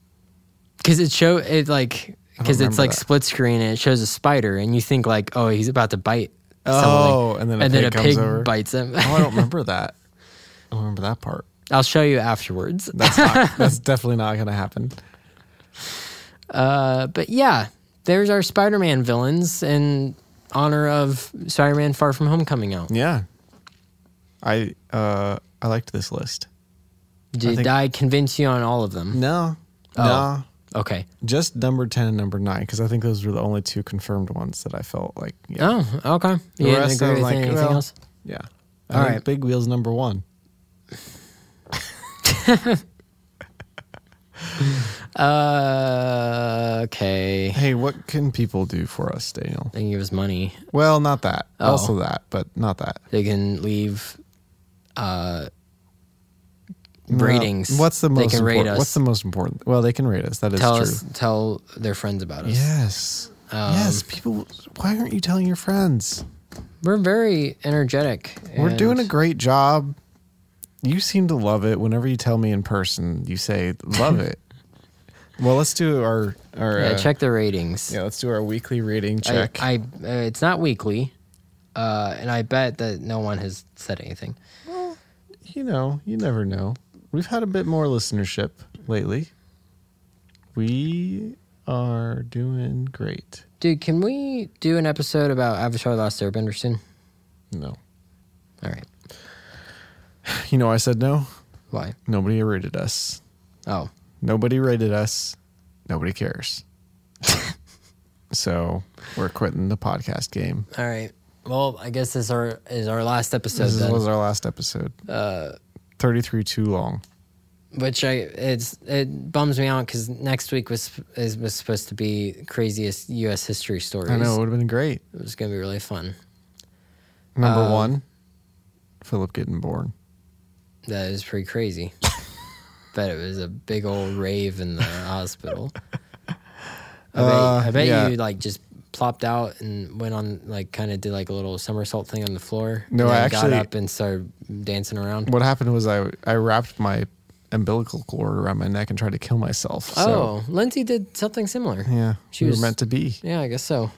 A: because it show it like because it's
B: remember
A: like
B: that.
A: split screen and it shows a spider and you think like, oh, he's about to bite.
B: Oh,
A: someone.
B: and then a
A: and then
B: pig
A: a
B: comes
A: pig
B: over.
A: bites him.
B: Oh, I don't remember that. I don't remember that part.
A: I'll show you afterwards.
B: That's not, that's definitely not gonna happen.
A: Uh, but yeah, there's our Spider-Man villains in honor of Spider-Man: Far From Home coming out.
B: Yeah. I uh I liked this list.
A: Did
B: think-
A: I convince you on all of them?
B: No.
A: Oh.
B: No.
A: Okay.
B: Just number ten and number nine, because I think those were the only two confirmed ones that I felt like yeah.
A: Oh, okay. You
B: The
A: didn't
B: rest
A: agree
B: I
A: with
B: was like,
A: anything
B: well,
A: else?
B: Yeah.
A: All
B: All right.
A: right.
B: Big Wheel's number one.
A: Uh, okay.
B: Hey, what can people do for us, Daniel?
A: They can give us money.
B: Well, not that.
A: Oh.
B: Also that, but not that.
A: They can leave uh,
B: No.
A: ratings.
B: What's the
A: They
B: most
A: can rate
B: important?
A: us.
B: What's the most important? Well, they can rate us. That is
A: tell
B: true.
A: us, Um, tell their friends about us.
B: Yes. yes, people. Why aren't you telling your friends?
A: We're very energetic.
B: We're
A: and-
B: doing a great job. You seem to love it. Whenever you tell me in person, you say love it. well, let's do our our
A: Yeah,
B: uh,
A: check the ratings.
B: Yeah, let's do our weekly rating
A: I-
B: check.
A: I, uh, it's not weekly, uh, and I bet that no one has said anything.
B: you know, you never know. We've had a bit more listenership lately. We are doing great.
A: Dude, can we do an episode about Avatar: The Last Airbender soon?
B: No,
A: All right.
B: you know, I said no.
A: Why?
B: Nobody rated us.
A: Oh,
B: Nobody rated us. Nobody cares. so we're quitting the podcast game.
A: all right. Well, I guess this our is our last episode
B: This
A: then,
B: was our last episode. Uh, 33 too long.
A: which I it's it bums me out because next week was is was supposed to be craziest U.S. history stories.
B: I know. It would have been great.
A: it was gonna be really fun.
B: Number one, Philip getting born.
A: That is pretty crazy. Bet it was a big old rave in the hospital. I bet, I bet
B: Uh, yeah.
A: you like just plopped out and went on like kind of did like a little somersault thing on the floor.
B: No,
A: and
B: I
A: then got
B: actually-
A: up and started dancing around.
B: What happened was I, I wrapped my umbilical cord around my neck and tried to kill myself. So,
A: Oh, Lindsay did something similar.
B: yeah.
A: She
B: we
A: was-
B: were meant to be.
A: Yeah, I guess so.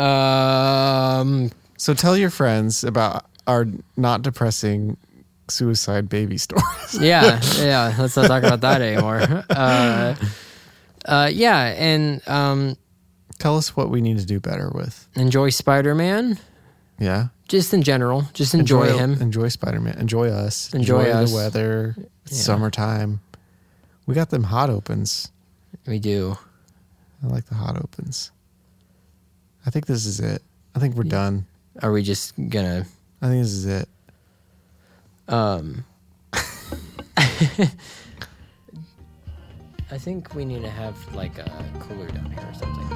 A: Um,
B: So tell your friends about our not depressing suicide baby stories.
A: yeah, yeah. Let's not talk about that anymore. Uh, uh, yeah, and um,
B: tell us what we need to do better with.
A: enjoy Spider Man.
B: Yeah.
A: Just in general, just enjoy, him.
B: Enjoy Spider Man. Enjoy us.
A: Enjoy us.
B: the weather. It's
A: Yeah.
B: summertime. We got them hot opens.
A: We do.
B: I like the hot opens. I think this is it. I think we're done.
A: Are we just gonna?
B: I think this is it.
A: Um, I think we need to have like a cooler down here or something.